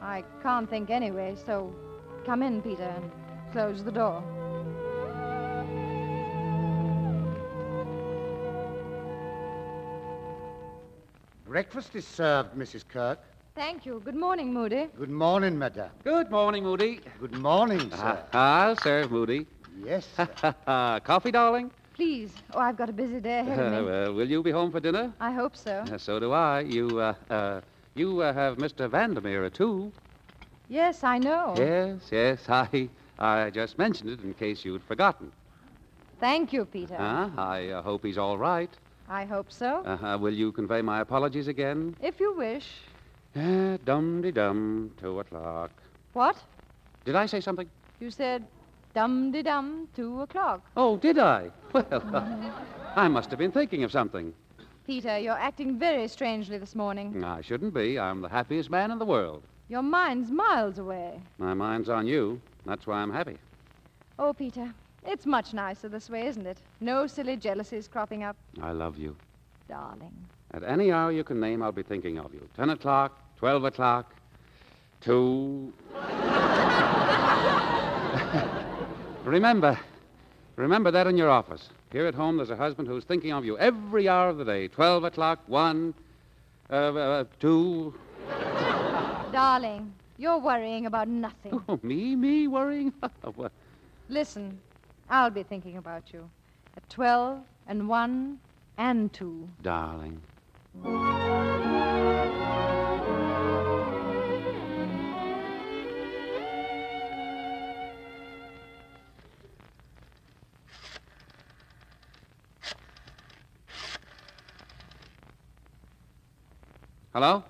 S3: I can't think anyway, so come in, Peter, and close the door.
S8: Breakfast is served, Mrs. Kirk.
S3: Thank you. Good morning, Moody.
S8: Good morning, madame.
S4: Good morning, Ah, Moody.
S8: Good morning, sir.
S4: I'll serve Moody. *laughs*
S8: Yes.
S4: Coffee, darling?
S3: Please. Oh, I've got a busy day ahead of me.
S4: Uh, *laughs* well, will you be home for dinner? *laughs*
S3: I hope so.
S4: Uh, so do I. You, uh, uh, you uh, have Mr. Vandermeer, too.
S3: Yes, I know.
S4: Yes, yes, *laughs* I, I just mentioned it in case you'd forgotten.
S3: Thank you, Peter.
S4: Huh? I uh, hope he's all right.
S3: I hope so.
S4: Uh-huh. Will you convey my apologies again?
S3: If you wish.
S4: Dum de dum, two o'clock.
S3: What?
S4: Did I say something?
S3: You said dum de dum, two o'clock.
S4: Oh, did I? *laughs* Well, *laughs* I must have been thinking of something.
S3: Peter, you're acting very strangely this morning.
S4: I shouldn't be. I'm the happiest man in the world.
S3: Your mind's miles away.
S4: My mind's on you. That's why I'm happy.
S3: Oh, Peter, it's much nicer this way, isn't it? No silly jealousies cropping up.
S4: I love you.
S3: Darling.
S4: At any hour you can name, I'll be thinking of you. Ten o'clock, twelve o'clock, two. *laughs* remember, remember that in your office. Here at home, there's a husband who's thinking of you every hour of the day. Twelve o'clock, one, uh, uh, two.
S3: Darling, you're worrying about nothing.
S4: Oh, *laughs* me, me worrying? *laughs* Well,
S3: Listen, I'll be thinking about you at 12 and 1 and 2.
S4: Darling. Hello?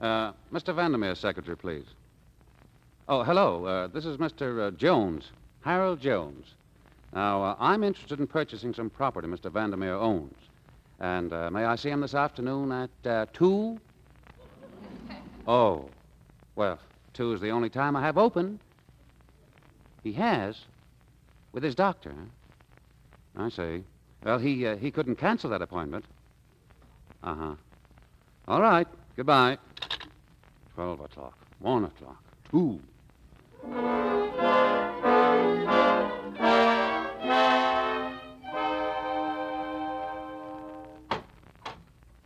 S4: Uh, Mr. Vandermeer's secretary, please. Oh, hello. Uh, this is Mr. Uh, Jones, Harold Jones. Now, uh, I'm interested in purchasing some property Mr. Vandermeer owns. And uh, may I see him this afternoon at uh, 2? Oh, well, 2 is the only time I have open. He has, with his doctor. huh? I see. Well, he, uh, he couldn't cancel that appointment. Uh huh. All right. Goodbye. 12 o'clock, 1 o'clock, 2.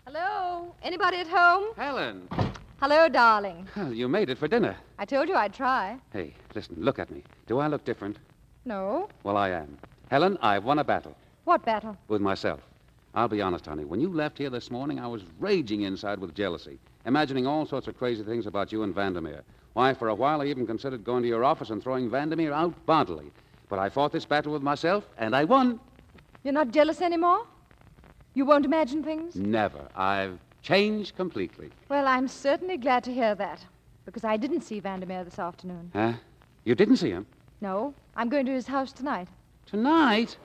S3: Hello? Anybody at home?
S4: Helen!
S3: Hello, darling.
S4: Well, you made it for dinner.
S3: I told you I'd try.
S4: Hey, listen, look at me. Do I look different?
S3: No.
S4: Well, I am. Helen, I've won a battle
S3: What battle?
S4: with myself. I'll be honest, honey. When you left here this morning, I was raging inside with jealousy, imagining all sorts of crazy things about you and Vandermeer. Why, for a while, I even considered going to your office and throwing Vandermeer out bodily. But I fought this battle with myself, and I won.
S3: You're not jealous anymore? You won't imagine things?
S4: Never. I've changed completely.
S3: Well, I'm certainly glad to hear that, because I didn't see Vandermeer this afternoon.
S4: Huh? You didn't see him?
S3: No, I'm going to his house tonight.
S4: Tonight?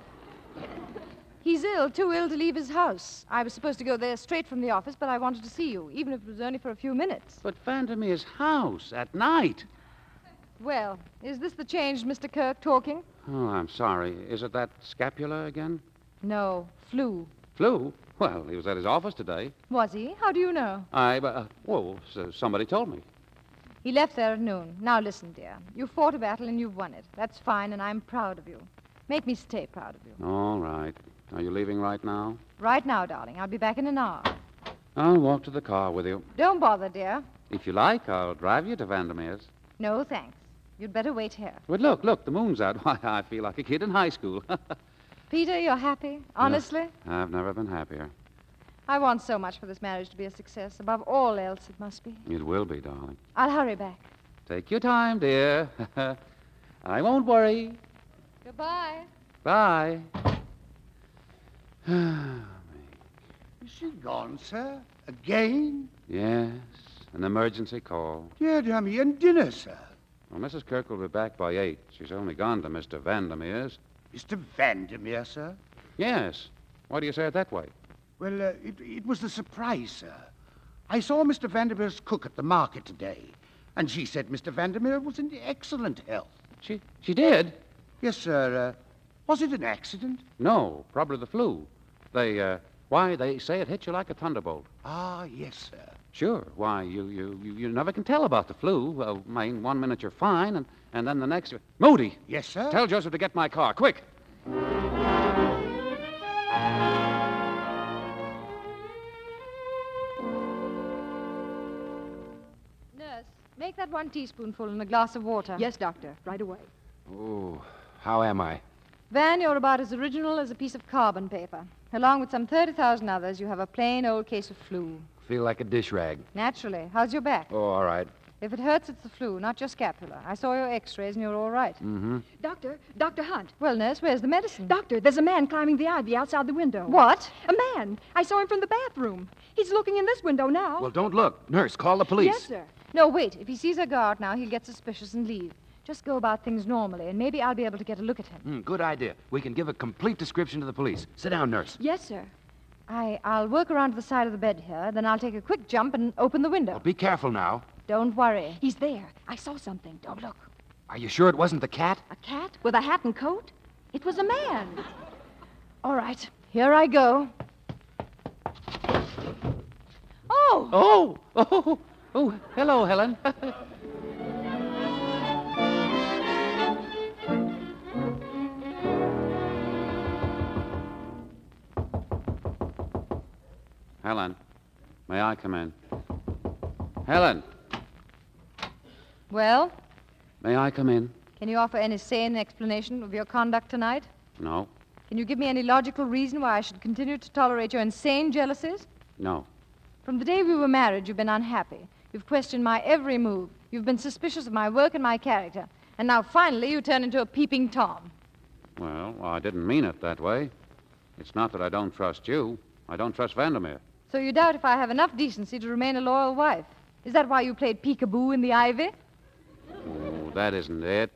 S3: He's ill, too ill to leave his house. I was supposed to go there straight from the office, but I wanted to see you, even if it was only for a few minutes.
S4: But Vandermeer's house at night.
S3: Well, is this the changed Mr. Kirk talking?
S4: Oh, I'm sorry. Is it that scapula again?
S3: No, flu.
S4: Flew? Well, he was at his office today.
S3: Was he? How do you know?
S4: I, uh, whoa, so somebody told me.
S3: He left there at noon. Now listen, dear. You fought a battle and you've won it. That's fine, and I'm proud of you. Make me stay proud of you.
S4: All right. Are you leaving right now?
S3: Right now, darling. I'll be back in an hour.
S4: I'll walk to the car with you.
S3: Don't bother, dear.
S4: If you like, I'll drive you to Vandermeer's.
S3: No, thanks. You'd better wait here.
S4: But look, look, the moon's out. *laughs* Why, I feel like a kid in high school. *laughs*
S3: Peter, you're happy? Honestly?
S4: I've never been happier.
S3: I want so much for this marriage to be a success. Above all else, it must be.
S4: It will be, darling.
S3: I'll hurry back.
S4: Take your time, dear. *laughs* I won't worry.
S3: Goodbye.
S4: Bye.
S8: Ah, Is she gone, sir? Again?
S4: Yes, an emergency call.
S8: Dear, dear me, and dinner, sir.
S4: Well, Mrs. Kirk will be back by eight. She's only gone to Mr. Vandermeer's.
S8: Mr. Vandermeer, sir?
S4: Yes. Why do you say it that way?
S8: Well, uh, it, it was a surprise, sir. I saw Mr. Vandermeer's cook at the market today, and she said Mr. Vandermeer was in excellent health.
S4: She, she did?
S8: Yes, sir. Uh, was it an accident?
S4: No, probably the flu. They, uh, why, they say it hit you like a thunderbolt.
S8: Ah, yes, sir.
S4: Sure. Why, you, you, you, you never can tell about the flu. Uh, I mean, one minute you're fine, and, and then the next. Moody!
S8: Yes, sir.
S4: Tell Joseph to get my car, quick!
S3: Nurse, make that one teaspoonful in a glass of water.
S17: Yes, doctor, right away.
S14: Oh, how am I?
S3: Van, you're about as original as a piece of carbon paper. Along with some 30,000 others, you have a plain old case of flu.
S14: Feel like a dish rag.
S3: Naturally. How's your back?
S14: Oh, all right.
S3: If it hurts, it's the flu, not your scapula. I saw your x rays and you're all right.
S14: Mm-hmm.
S9: Doctor, Dr. Hunt.
S3: Well, nurse, where's the medicine?
S9: Doctor, there's a man climbing the ivy outside the window.
S3: What?
S9: A man. I saw him from the bathroom. He's looking in this window now.
S6: Well, don't look. Nurse, call the police.
S3: Oh. Yes, sir. No, wait. If he sees her go out now, he'll get suspicious and leave. Just go about things normally, and maybe I'll be able to get a look at him.
S14: Mm, good idea. We can give a complete description to the police. Sit down, nurse.
S3: Yes, sir. I, I'll work around to the side of the bed here, then I'll take a quick jump and open the window.
S14: Be careful now.
S3: Don't worry.
S9: He's there. I saw something. Don't look.
S14: Are you sure it wasn't the cat?
S9: A cat with a hat and coat? It was a man.
S3: *laughs* All right, here I go.
S9: Oh!
S4: Oh! *laughs* Oh! Oh, hello, Helen. *laughs* Helen, may I come in? Helen,
S3: Well,
S4: may I come in?
S3: can you offer any sane explanation of your conduct tonight?
S4: No,
S3: Can you give me any logical reason why I should continue to tolerate your insane jealousies?
S4: no.
S3: From the day we were married, you've been unhappy. You've questioned my every move. You've been suspicious of my work and my character. And now finally you turn into a peeping Tom.
S4: Well, I didn't mean it that way. It's not that I don't trust you. I don't trust Vandermeer.
S3: So you doubt if I have enough decency to remain a loyal wife. Is that why you played peekaboo in the ivy?
S4: Oh, that isn't it.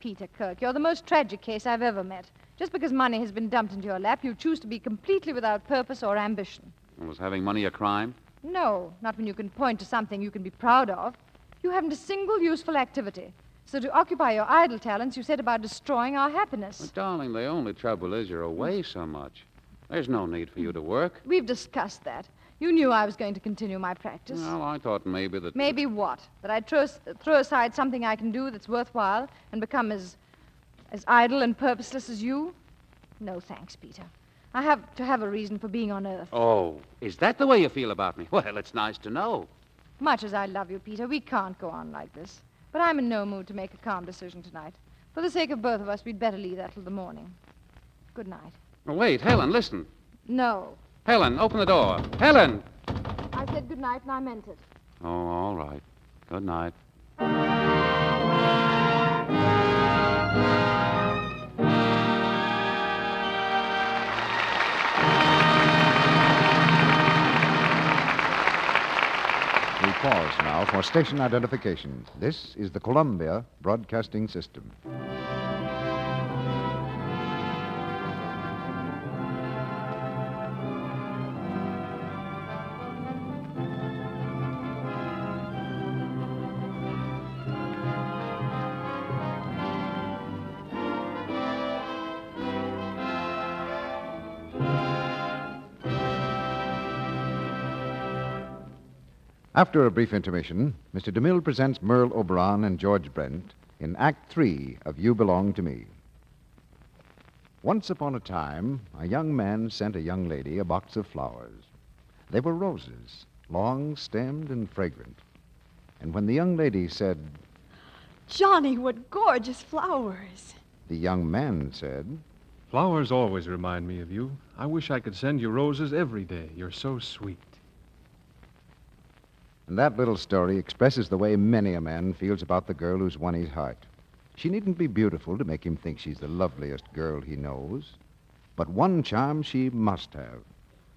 S3: Peter Kirk, you're the most tragic case I've ever met. Just because money has been dumped into your lap, you choose to be completely without purpose or ambition.
S4: Was having money a crime?
S3: No, not when you can point to something you can be proud of. You haven't a single useful activity. So to occupy your idle talents, you set about destroying our happiness.
S4: Well, darling, the only trouble is you're away so much. There's no need for you to work.
S3: We've discussed that. You knew I was going to continue my practice.
S4: Well, I thought maybe that.
S3: Maybe what? That I'd throw, throw aside something I can do that's worthwhile and become as, as idle and purposeless as you? No thanks, Peter. I have to have a reason for being on Earth.
S4: Oh, is that the way you feel about me? Well, it's nice to know.
S3: Much as I love you, Peter, we can't go on like this. But I'm in no mood to make a calm decision tonight. For the sake of both of us, we'd better leave that till the morning. Good night.
S4: Wait, Helen, listen.
S3: No.
S4: Helen, open the door. Helen!
S3: I said good night and I meant it.
S4: Oh, all right. Good night.
S10: We pause now for station identification. This is the Columbia Broadcasting System. After a brief intermission, Mr. DeMille presents Merle Oberon and George Brent in Act Three of You Belong to Me. Once upon a time, a young man sent a young lady a box of flowers. They were roses, long stemmed and fragrant. And when the young lady said,
S13: Johnny, what gorgeous flowers.
S10: the young man said,
S11: Flowers always remind me of you. I wish I could send you roses every day. You're so sweet.
S10: And that little story expresses the way many a man feels about the girl who's won his heart. She needn't be beautiful to make him think she's the loveliest girl he knows. But one charm she must have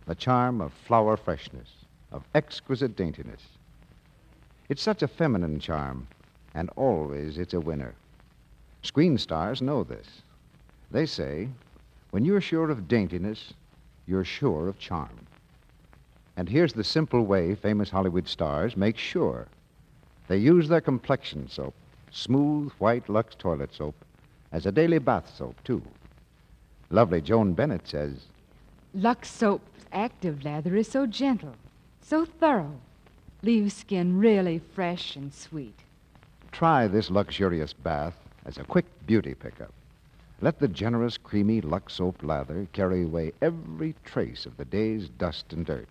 S10: the charm of flower freshness, of exquisite daintiness. It's such a feminine charm, and always it's a winner. Screen stars know this. They say, when you're sure of daintiness, you're sure of charm. And here's the simple way famous Hollywood stars make sure. They use their complexion soap, smooth white Lux toilet soap, as a daily bath soap, too. Lovely Joan Bennett says,
S12: Lux Soap's active lather is so gentle, so thorough, leaves skin really fresh and sweet.
S10: Try this luxurious bath as a quick beauty pickup. Let the generous, creamy Lux soap lather carry away every trace of the day's dust and dirt.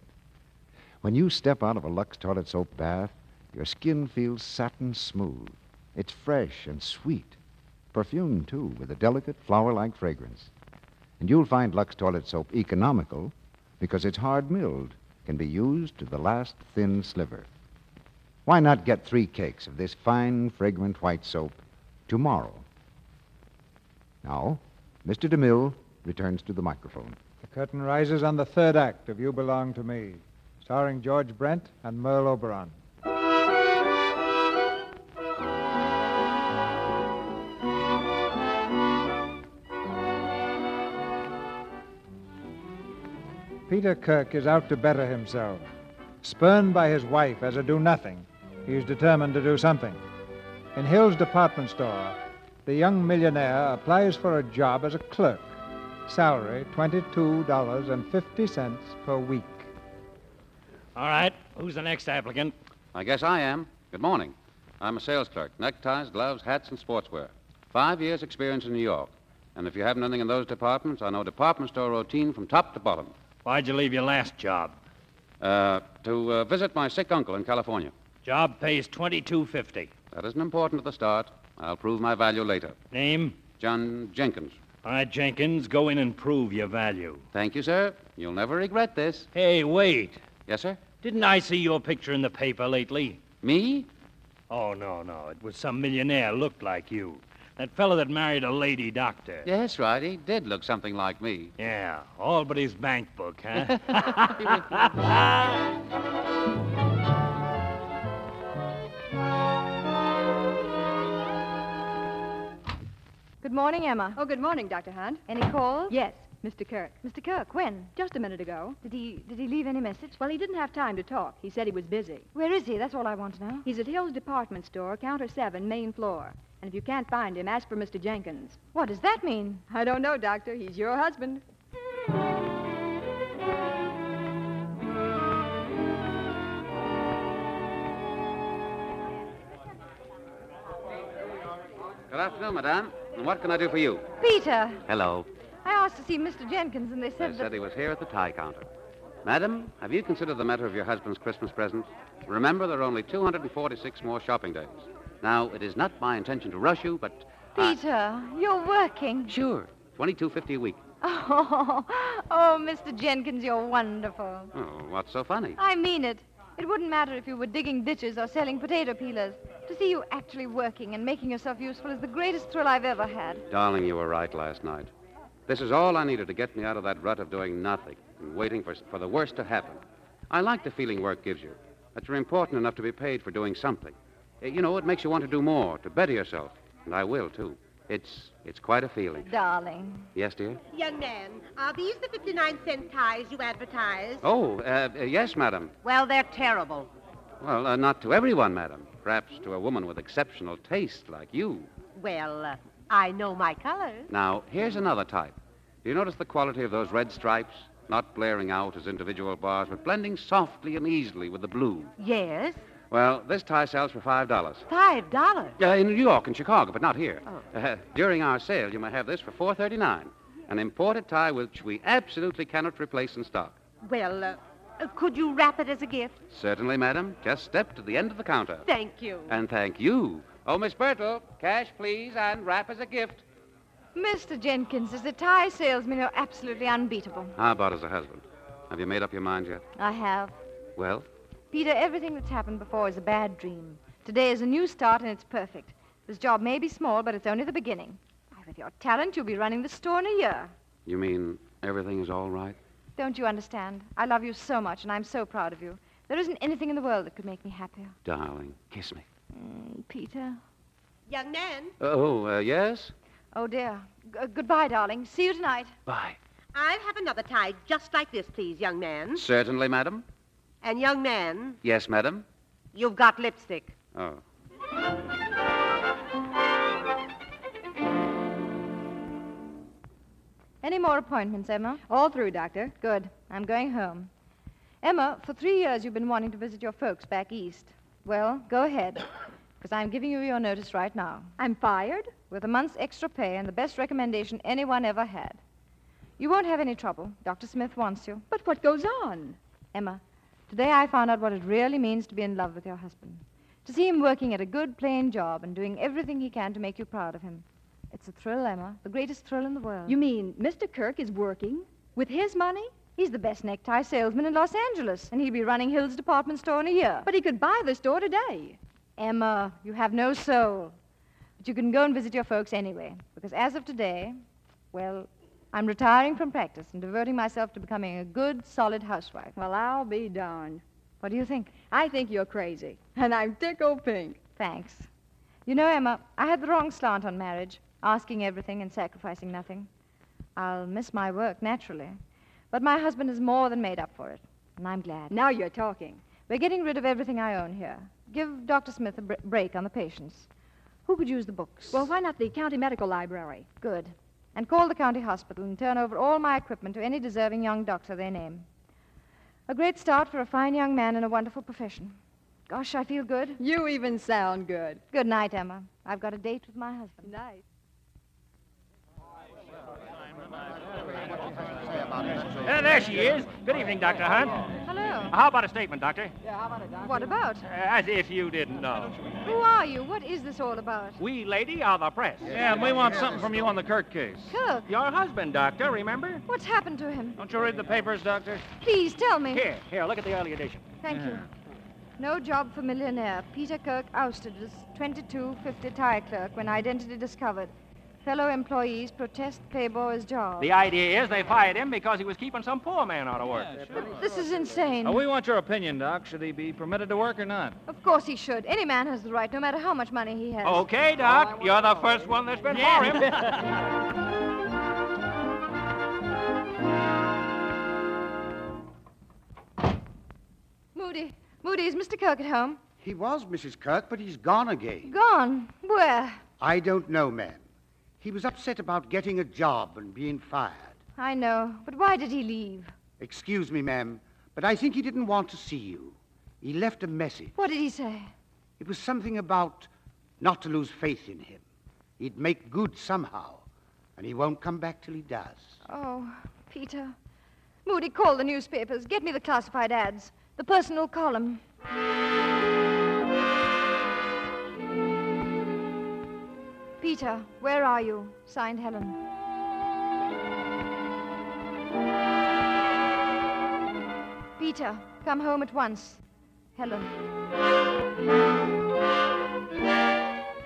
S10: When you step out of a Lux toilet soap bath, your skin feels satin smooth. It's fresh and sweet, perfumed too, with a delicate flower like fragrance. And you'll find Lux toilet soap economical because it's hard milled, can be used to the last thin sliver. Why not get three cakes of this fine, fragrant white soap tomorrow? Now, Mr. DeMille returns to the microphone.
S2: The curtain rises on the third act of You Belong to Me, starring George Brent and Merle Oberon. Peter Kirk is out to better himself. Spurned by his wife as a do nothing, he is determined to do something. In Hill's department store, the young millionaire applies for a job as a clerk, salary $22.50 per week.
S17: All right, who's the next applicant?
S4: I guess I am. Good morning. I'm a sales clerk. Neckties, gloves, hats, and sportswear. Five years' experience in New York. And if you have nothing in those departments, I know department store routine from top to bottom.
S17: Why'd you leave your last job?
S4: Uh, to uh, visit my sick uncle in California.
S17: Job pays twenty-two fifty.
S4: That isn't important at the start. I'll prove my value later.
S17: Name?
S4: John Jenkins.
S17: All right, Jenkins, go in and prove your value.
S4: Thank you, sir. You'll never regret this.
S17: Hey, wait.
S4: Yes, sir?
S17: Didn't I see your picture in the paper lately?
S4: Me?
S17: Oh, no, no. It was some millionaire looked like you. That fellow that married a lady doctor.
S4: Yes, right. He did look something like me.
S17: Yeah, all but his bank book,
S4: *laughs*
S17: huh?
S3: Good morning, Emma.
S9: Oh, good morning, Dr. Hunt.
S3: Any calls?
S9: Yes, Mr. Kirk.
S3: Mr. Kirk, when?
S9: Just a minute ago.
S3: Did he did he leave any message?
S9: Well, he didn't have time to talk. He said he was busy.
S3: Where is he? That's all I want to know.
S9: He's at Hill's department store, counter seven, main floor. And if you can't find him, ask for Mr. Jenkins.
S3: What does that mean?
S9: I don't know, Doctor. He's your husband.
S4: Good afternoon, madame. And what can I do for you?
S3: Peter,
S4: Hello.
S3: I asked to see Mr. Jenkins, and they
S4: They
S3: said
S4: said
S3: that.
S4: he was here at the tie counter. Madam, have you considered the matter of your husband's Christmas present? Remember, there are only 246 more shopping days. Now, it is not my intention to rush you, but
S3: Peter, you're working. *laughs*
S4: sure, 22.50 a week.
S3: Oh, oh, Mr. Jenkins, you're wonderful.
S4: Oh, what's so funny?
S3: I mean it. It wouldn't matter if you were digging ditches or selling potato peelers. To see you actually working and making yourself useful is the greatest thrill I've ever had.
S4: Darling, you were right last night. This is all I needed to get me out of that rut of doing nothing and waiting for, for the worst to happen. I like the feeling work gives you, that you're important enough to be paid for doing something. Eh, You know, it makes you want to do more, to better yourself. And I will, too. It's, it's quite a feeling.
S3: Darling.
S4: Yes, dear?
S18: Young man, are these the 59 cent ties you advertise?
S4: Oh, uh, eh, yes, madam.
S18: Well, they're terrible.
S4: Well, uh, not to everyone, madam. Perhaps to a woman with exceptional taste like you.
S18: Well, uh, I know my colors.
S4: Now, here's another type. Do you notice the quality of those red stripes? Not blaring out as individual bars, but blending softly and easily with the blue.
S18: Yes,
S4: Well, this tie sells for five dollars.
S18: five dollars.
S4: Uh, in New York and Chicago, but not here.
S18: Oh.
S4: Uh, during our sale, you may have this for four thirty-nine, an imported tie which we absolutely cannot replace in stock.
S18: Well, uh, uh, could you wrap it as a gift?
S4: Certainly, madam. Just step to the end of the counter.
S18: Thank you.
S4: And thank you. Oh, Miss Bertle, cash, please, and wrap as a gift.
S3: Mr. Jenkins, as a tie salesman, you're absolutely unbeatable.
S4: How about as a husband? Have you made up your mind yet?
S3: I have.
S4: Well,
S3: Peter, everything that's happened before is a bad dream. Today is a new start, and it's perfect. This job may be small, but it's only the beginning. Why, with your talent, you'll be running the store in a year.
S4: you mean everything is all right?
S3: Don't you understand? I love you so much, and I'm so proud of you. There isn't anything in the world that could make me happier.
S4: Darling, kiss me.
S3: Peter?
S18: Young man,
S4: Oh, uh, yes?
S3: Oh, dear. G- uh, goodbye, darling. See you tonight.
S4: Bye.
S18: I'll have another tie just like this, please, young man.
S4: Hmm? Certainly, madam.
S18: And young man,
S4: Yes, madam.
S18: you've got lipstick.
S4: Oh.
S3: Any more appointments, Emma?
S9: All through, Doctor.
S3: Good. I'm going home. Emma, for three years you've been wanting to visit your folks back east. Well, go ahead, *coughs* because I'm giving you your notice right now.
S9: I'm fired?
S3: With a month's extra pay and the best recommendation anyone ever had. You won't have any trouble. Dr. Smith wants you.
S9: But what goes on?
S3: Emma, today I found out what it really means to be in love with your husband. To see him working at a good, plain job and doing everything he can to make you proud of him. It's a thrill, Emma. The greatest thrill in the world.
S9: You mean Mr. Kirk is working? With his money?
S3: He's the best necktie salesman in Los Angeles, and he'll be running Hill's department store in a year. But he could buy the store today. Emma, you have no soul. But you can go and visit your folks anyway, because as of today, well, I'm retiring from practice and devoting myself to becoming a good, solid housewife.
S19: Well, I'll be darned.
S3: What do you think?
S19: I think you're crazy, and I'm tickled pink.
S3: Thanks. You know, Emma, I had the wrong slant on marriage, asking everything and sacrificing nothing. I'll miss my work, naturally. But my husband has more than made up for it, and I'm glad.
S19: Now you're talking.
S3: We're getting rid of everything I own here. Give Dr. Smith a br- break on the patients. Who could use the books?
S19: Well, why not the county medical library?
S3: Good. And call the county hospital and turn over all my equipment to any deserving young doctor they name. A great start for a fine young man in a wonderful profession. Gosh, I feel good.
S19: You even sound good.
S3: Good night, Emma. I've got a date with my husband.
S19: Night.
S7: *laughs* Yeah, Uh, there she is. Good evening, Dr. Hunt.
S3: Hello.
S7: How about a statement, Doctor? Uh,
S3: What about?
S16: Uh,
S7: As if you didn't know.
S3: Who are you? What is this all about?
S7: We, lady, are the press. Yeah, and we want something from you on the Kirk case.
S3: Kirk,
S7: Your husband, Doctor, remember?
S3: what's happened to him?
S7: Don't you read the papers, Doctor?
S3: Please tell me.
S7: Here, here, look at the early edition.
S3: Thank you. No job for millionaire. Peter Kirk ousted as 2250 tire clerk when identity discovered. Fellow employees protest playboy's job.
S16: The idea is they fired him because he was keeping some poor man out of work.
S3: This is insane.
S16: we want your opinion, Doc. Should he be permitted to work or not?
S3: Of course he should. Any man has the right, no matter how much money he has.
S16: Okay, Doc. You're the first one that's been for him.
S7: *laughs*
S3: Moody. Moody, is Mr. Kirk at home?
S8: He was Mrs. Kirk, but he's gone again.
S3: Gone. Where?
S8: I don't know, ma'am. He was upset about getting a job and being fired.
S3: I know. But why did he leave?
S8: Excuse me, ma'am, but I think he didn't want to see you. He left a message.
S3: What did he say?
S8: It was something about not to lose faith in him. He'd make good somehow, and he won't come back till he does.
S3: Oh, Peter. Moody, call the newspapers. Get me the classified ads. The personal column. Peter, where are you? Signed Helen. Peter, come home at once. Helen.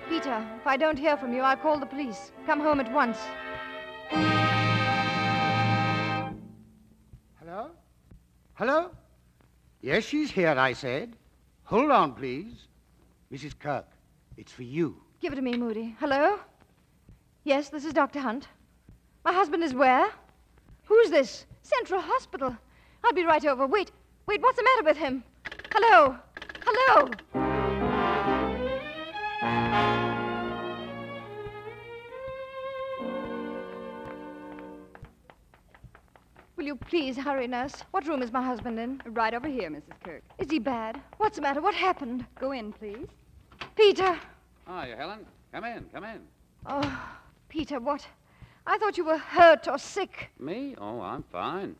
S3: Peter, if I don't hear from you, I'll call the police. Come home at once.
S8: Hello? Hello? Yes, she's here, I said. Hold on, please. Mrs. Kirk, it's for you.
S3: Give it to me, Moody. Hello? Yes, this is Dr. Hunt. My husband is where? Who's this? Central Hospital. I'll be right over. Wait, wait, what's the matter with him? Hello? Hello? Will you please hurry, nurse? What room is my husband in?
S19: Right over here, Mrs. Kirk.
S3: Is he bad? What's the matter? What happened?
S19: Go in, please.
S3: Peter!
S4: Ah, you, Helen. Come in, come in.
S3: Oh, Peter, what? I thought you were hurt or sick.
S4: Me? Oh, I'm fine.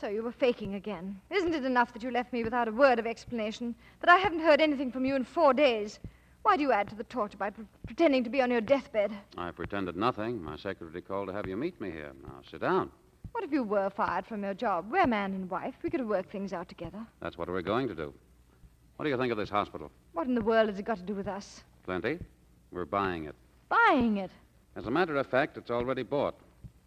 S3: So you were faking again. Isn't it enough that you left me without a word of explanation? That I haven't heard anything from you in four days? Why do you add to the torture by pre- pretending to be on your deathbed?
S4: I pretended nothing. My secretary called to have you meet me here. Now, sit down.
S3: What if you were fired from your job? We're man and wife. We could have worked things out together.
S4: That's what we're going to do. What do you think of this hospital?
S3: What in the world has it got to do with us?
S4: Plenty. We're buying it.
S3: Buying it.
S4: As a matter of fact, it's already bought.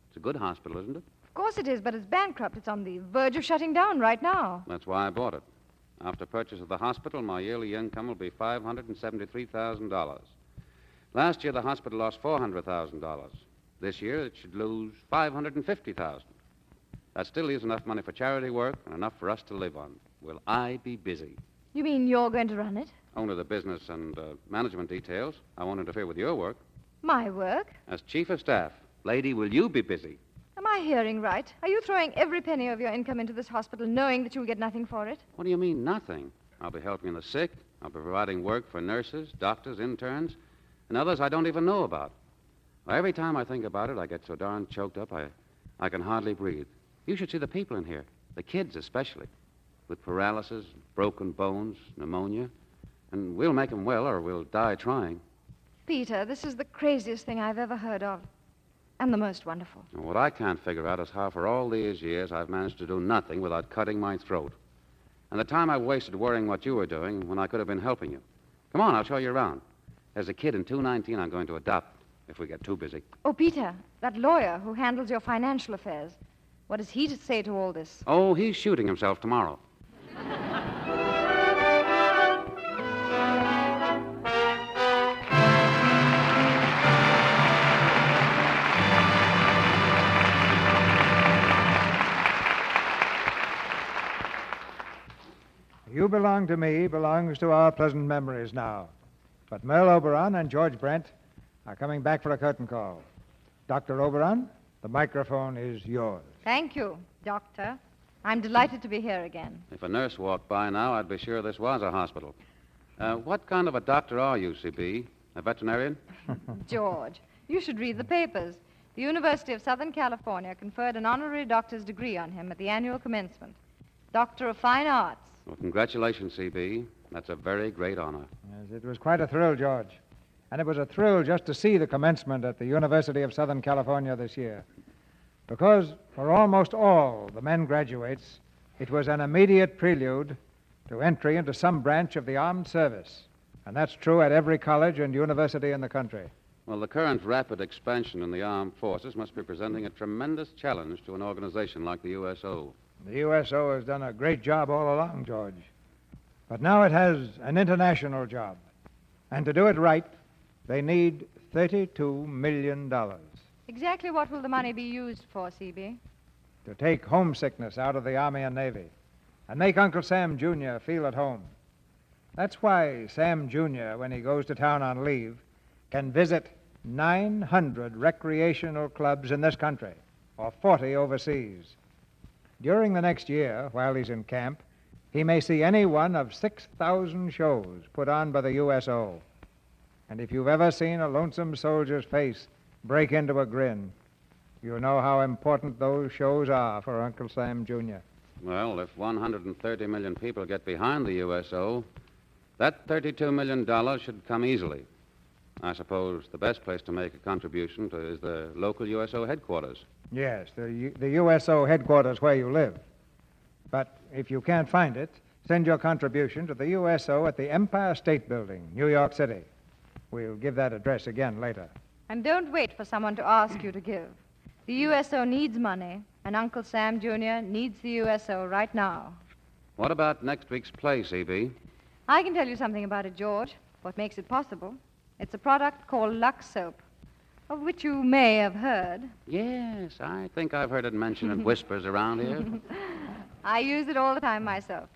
S4: It's a good hospital, isn't it?
S3: Of course it is, but it's bankrupt. It's on the verge of shutting down right now.
S4: That's why I bought it. After purchase of the hospital, my yearly income will be $573,000. Last year, the hospital lost $400,000. This year, it should lose $550,000. That still leaves enough money for charity work and enough for us to live on. Will I be busy?
S3: You mean you're going to run it?
S4: Only the business and uh, management details. I won't interfere with your work.
S3: My work?
S4: As chief of staff, lady, will you be busy?
S3: Am I hearing right? Are you throwing every penny of your income into this hospital knowing that you'll get nothing for it?
S4: What do you mean, nothing? I'll be helping the sick. I'll be providing work for nurses, doctors, interns, and others I don't even know about. Every time I think about it, I get so darn choked up I, I can hardly breathe. You should see the people in here, the kids especially, with paralysis, broken bones, pneumonia. And we'll make 'em well or we'll die trying.
S3: Peter, this is the craziest thing I've ever heard of.
S12: and the most wonderful.
S4: What I can't figure out is how, for all these years, I've managed to do nothing without cutting my throat. And the time I wasted worrying what you were doing when I could have been helping you. Come on, I'll show you around. There's a kid in 219 I'm going to adopt if we get too busy.
S12: Oh, Peter, that lawyer who handles your financial affairs. What is he to say to all this?
S4: Oh, he's shooting himself tomorrow.
S2: You belong to me belongs to our pleasant memories now. But Merle Oberon and George Brent are coming back for a curtain call. Dr. Oberon, the microphone is yours.
S3: Thank you, Doctor. I'm delighted to be here again.
S4: *laughs* If a nurse walked by now, I'd be sure this was a hospital. Uh, what kind of a doctor are you, CB? A veterinarian?
S3: George, you should read the papers. The University of Southern California conferred an honorary doctor's degree on him at the annual commencement. Doctor of Fine Arts.
S4: Well, congratulations, CB. That's a very great honor.
S2: Yes, it was quite a thrill, George. And it was a thrill just to see the commencement at the University of Southern California this year. Because for almost all the men graduates, it was an immediate prelude to entry into some branch of the armed service. And that's true at every college and university in the country.
S4: Well, the current rapid expansion in the armed forces must be presenting a tremendous challenge to an organization like the USO.
S2: The USO has done a great job all along, George. But now it has an international job. And to do it right, they need $32 million to
S3: Exactly what will the money be used for, CB?
S2: take homesickness out of the Army and Navy and make Uncle Sam Jr. feel at home. That's why Sam Jr., when he goes to town on leave, can visit 900 recreational clubs in this country or 40 overseas. During the next year, while he's in camp, he may see any one of 6,000 shows put on by the USO. And if you've ever seen a lonesome soldier's face break into a grin, you know how important those shows are for Uncle Sam Jr.
S4: Well, if 130 million people get behind the USO, that $32 million should come easily. I suppose the best place to make a contribution to is the local USO headquarters.
S2: Yes, the, U- the USO headquarters where you live. But if you can't find it, send your contribution to the USO at the Empire State Building, New York City. We'll give that address again later.
S3: And don't wait for someone to ask you to give. The USO needs money, and Uncle Sam Jr. needs the USO right now.
S4: What about next week's play, CB?
S3: I can tell you something about it, George, what makes it possible. It's a product called Lux Soap, of which you may have heard.
S4: Yes, I think I've heard it mentioned in whispers around here.
S3: I use it all the time myself.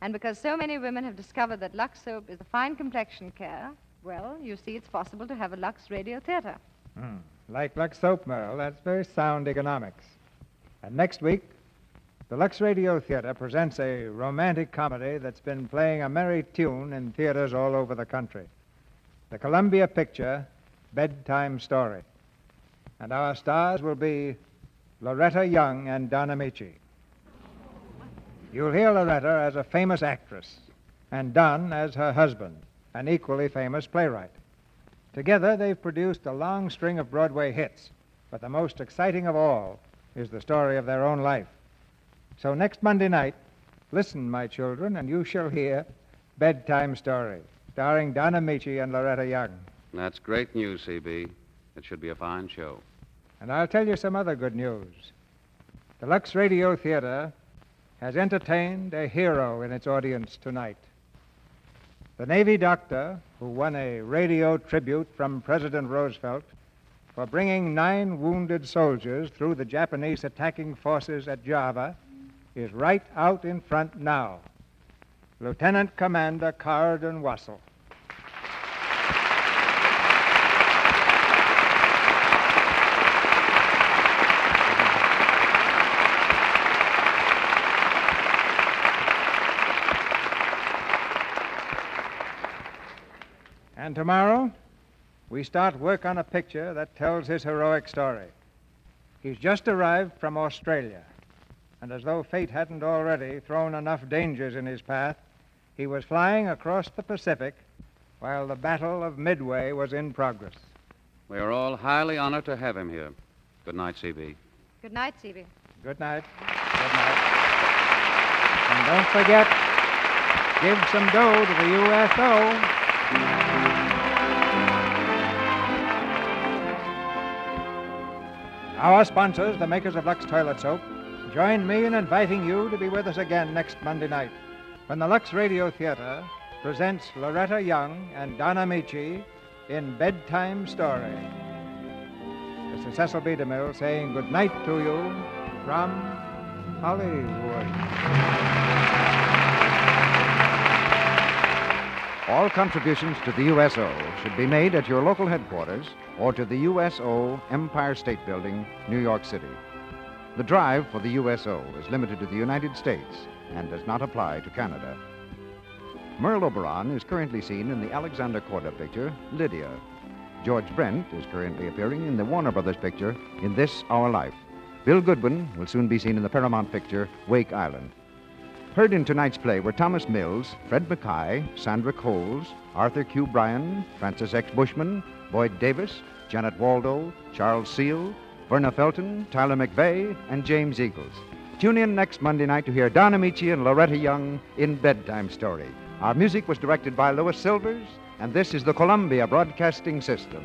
S3: And because so many women have discovered that Lux Soap is a fine complexion care, well, you see, it's possible to have a Lux Radio Theater.
S2: Hmm. Like Lux Soap, Merle, that's very sound economics. And next week, the Lux Radio Theater presents a romantic comedy that's been playing a merry tune in theaters all over the country. The Columbia picture, Bedtime Story. And our stars will be Loretta Young and Donna Amici. You'll hear Loretta as a famous actress, and Don as her husband, an equally famous playwright. Together, they've produced a long string of Broadway hits, but the most exciting of all is the story of their own life. So next Monday night, listen, my children, and you shall hear Bedtime Story, starring Donna Amici and Loretta Young.
S4: That's great news, CB. It should be a fine show.
S2: And I'll tell you some other good news. The Lux Radio Theater has entertained a hero in its audience tonight. The Navy doctor who won a radio tribute from President Roosevelt for bringing nine wounded soldiers through the Japanese attacking forces at Java is right out in front now. Lieutenant Commander Carden Wassel. And tomorrow, we start work on a picture that tells his heroic story. He's just arrived from Australia, and as though fate hadn't already thrown enough dangers in his path, he was flying across the Pacific while the Battle of Midway was in progress.
S4: We are all highly honored to have him here. Good night, CB.
S3: Good night, C.B.
S2: Good night. And don't forget, give some dough to the USO. Our sponsors, the makers of Lux Toilet Soap, join me in inviting you to be with us again next Monday night when the Lux Radio Theater presents Loretta Young and Donna Michi in Bedtime Story. Mr. Cecil B. DeMille saying good night to you from Hollywood.
S10: All contributions to the USO should be made at your local headquarters or to the USO Empire State Building, New York City. The drive for the USO is limited to the United States and does not apply to Canada. Merle Oberon is currently seen in the Alexander Korda picture, Lydia. George Brent is currently appearing in the Warner Brothers picture, In This Our Life. Bill Goodwin will soon be seen in the Paramount picture, Wake Island. Heard in tonight's play were Thomas Mills, Fred Mackay, Sandra Coles, Arthur Q. Bryan, Francis X. Bushman, Boyd Davis, Janet Waldo, Charles Seal, Verna Felton, Tyler McVeigh, and James Eagles. Tune in next Monday night to hear Don Amici and Loretta Young in Bedtime Story. Our music was directed by Louis Silvers, and this is the Columbia Broadcasting System.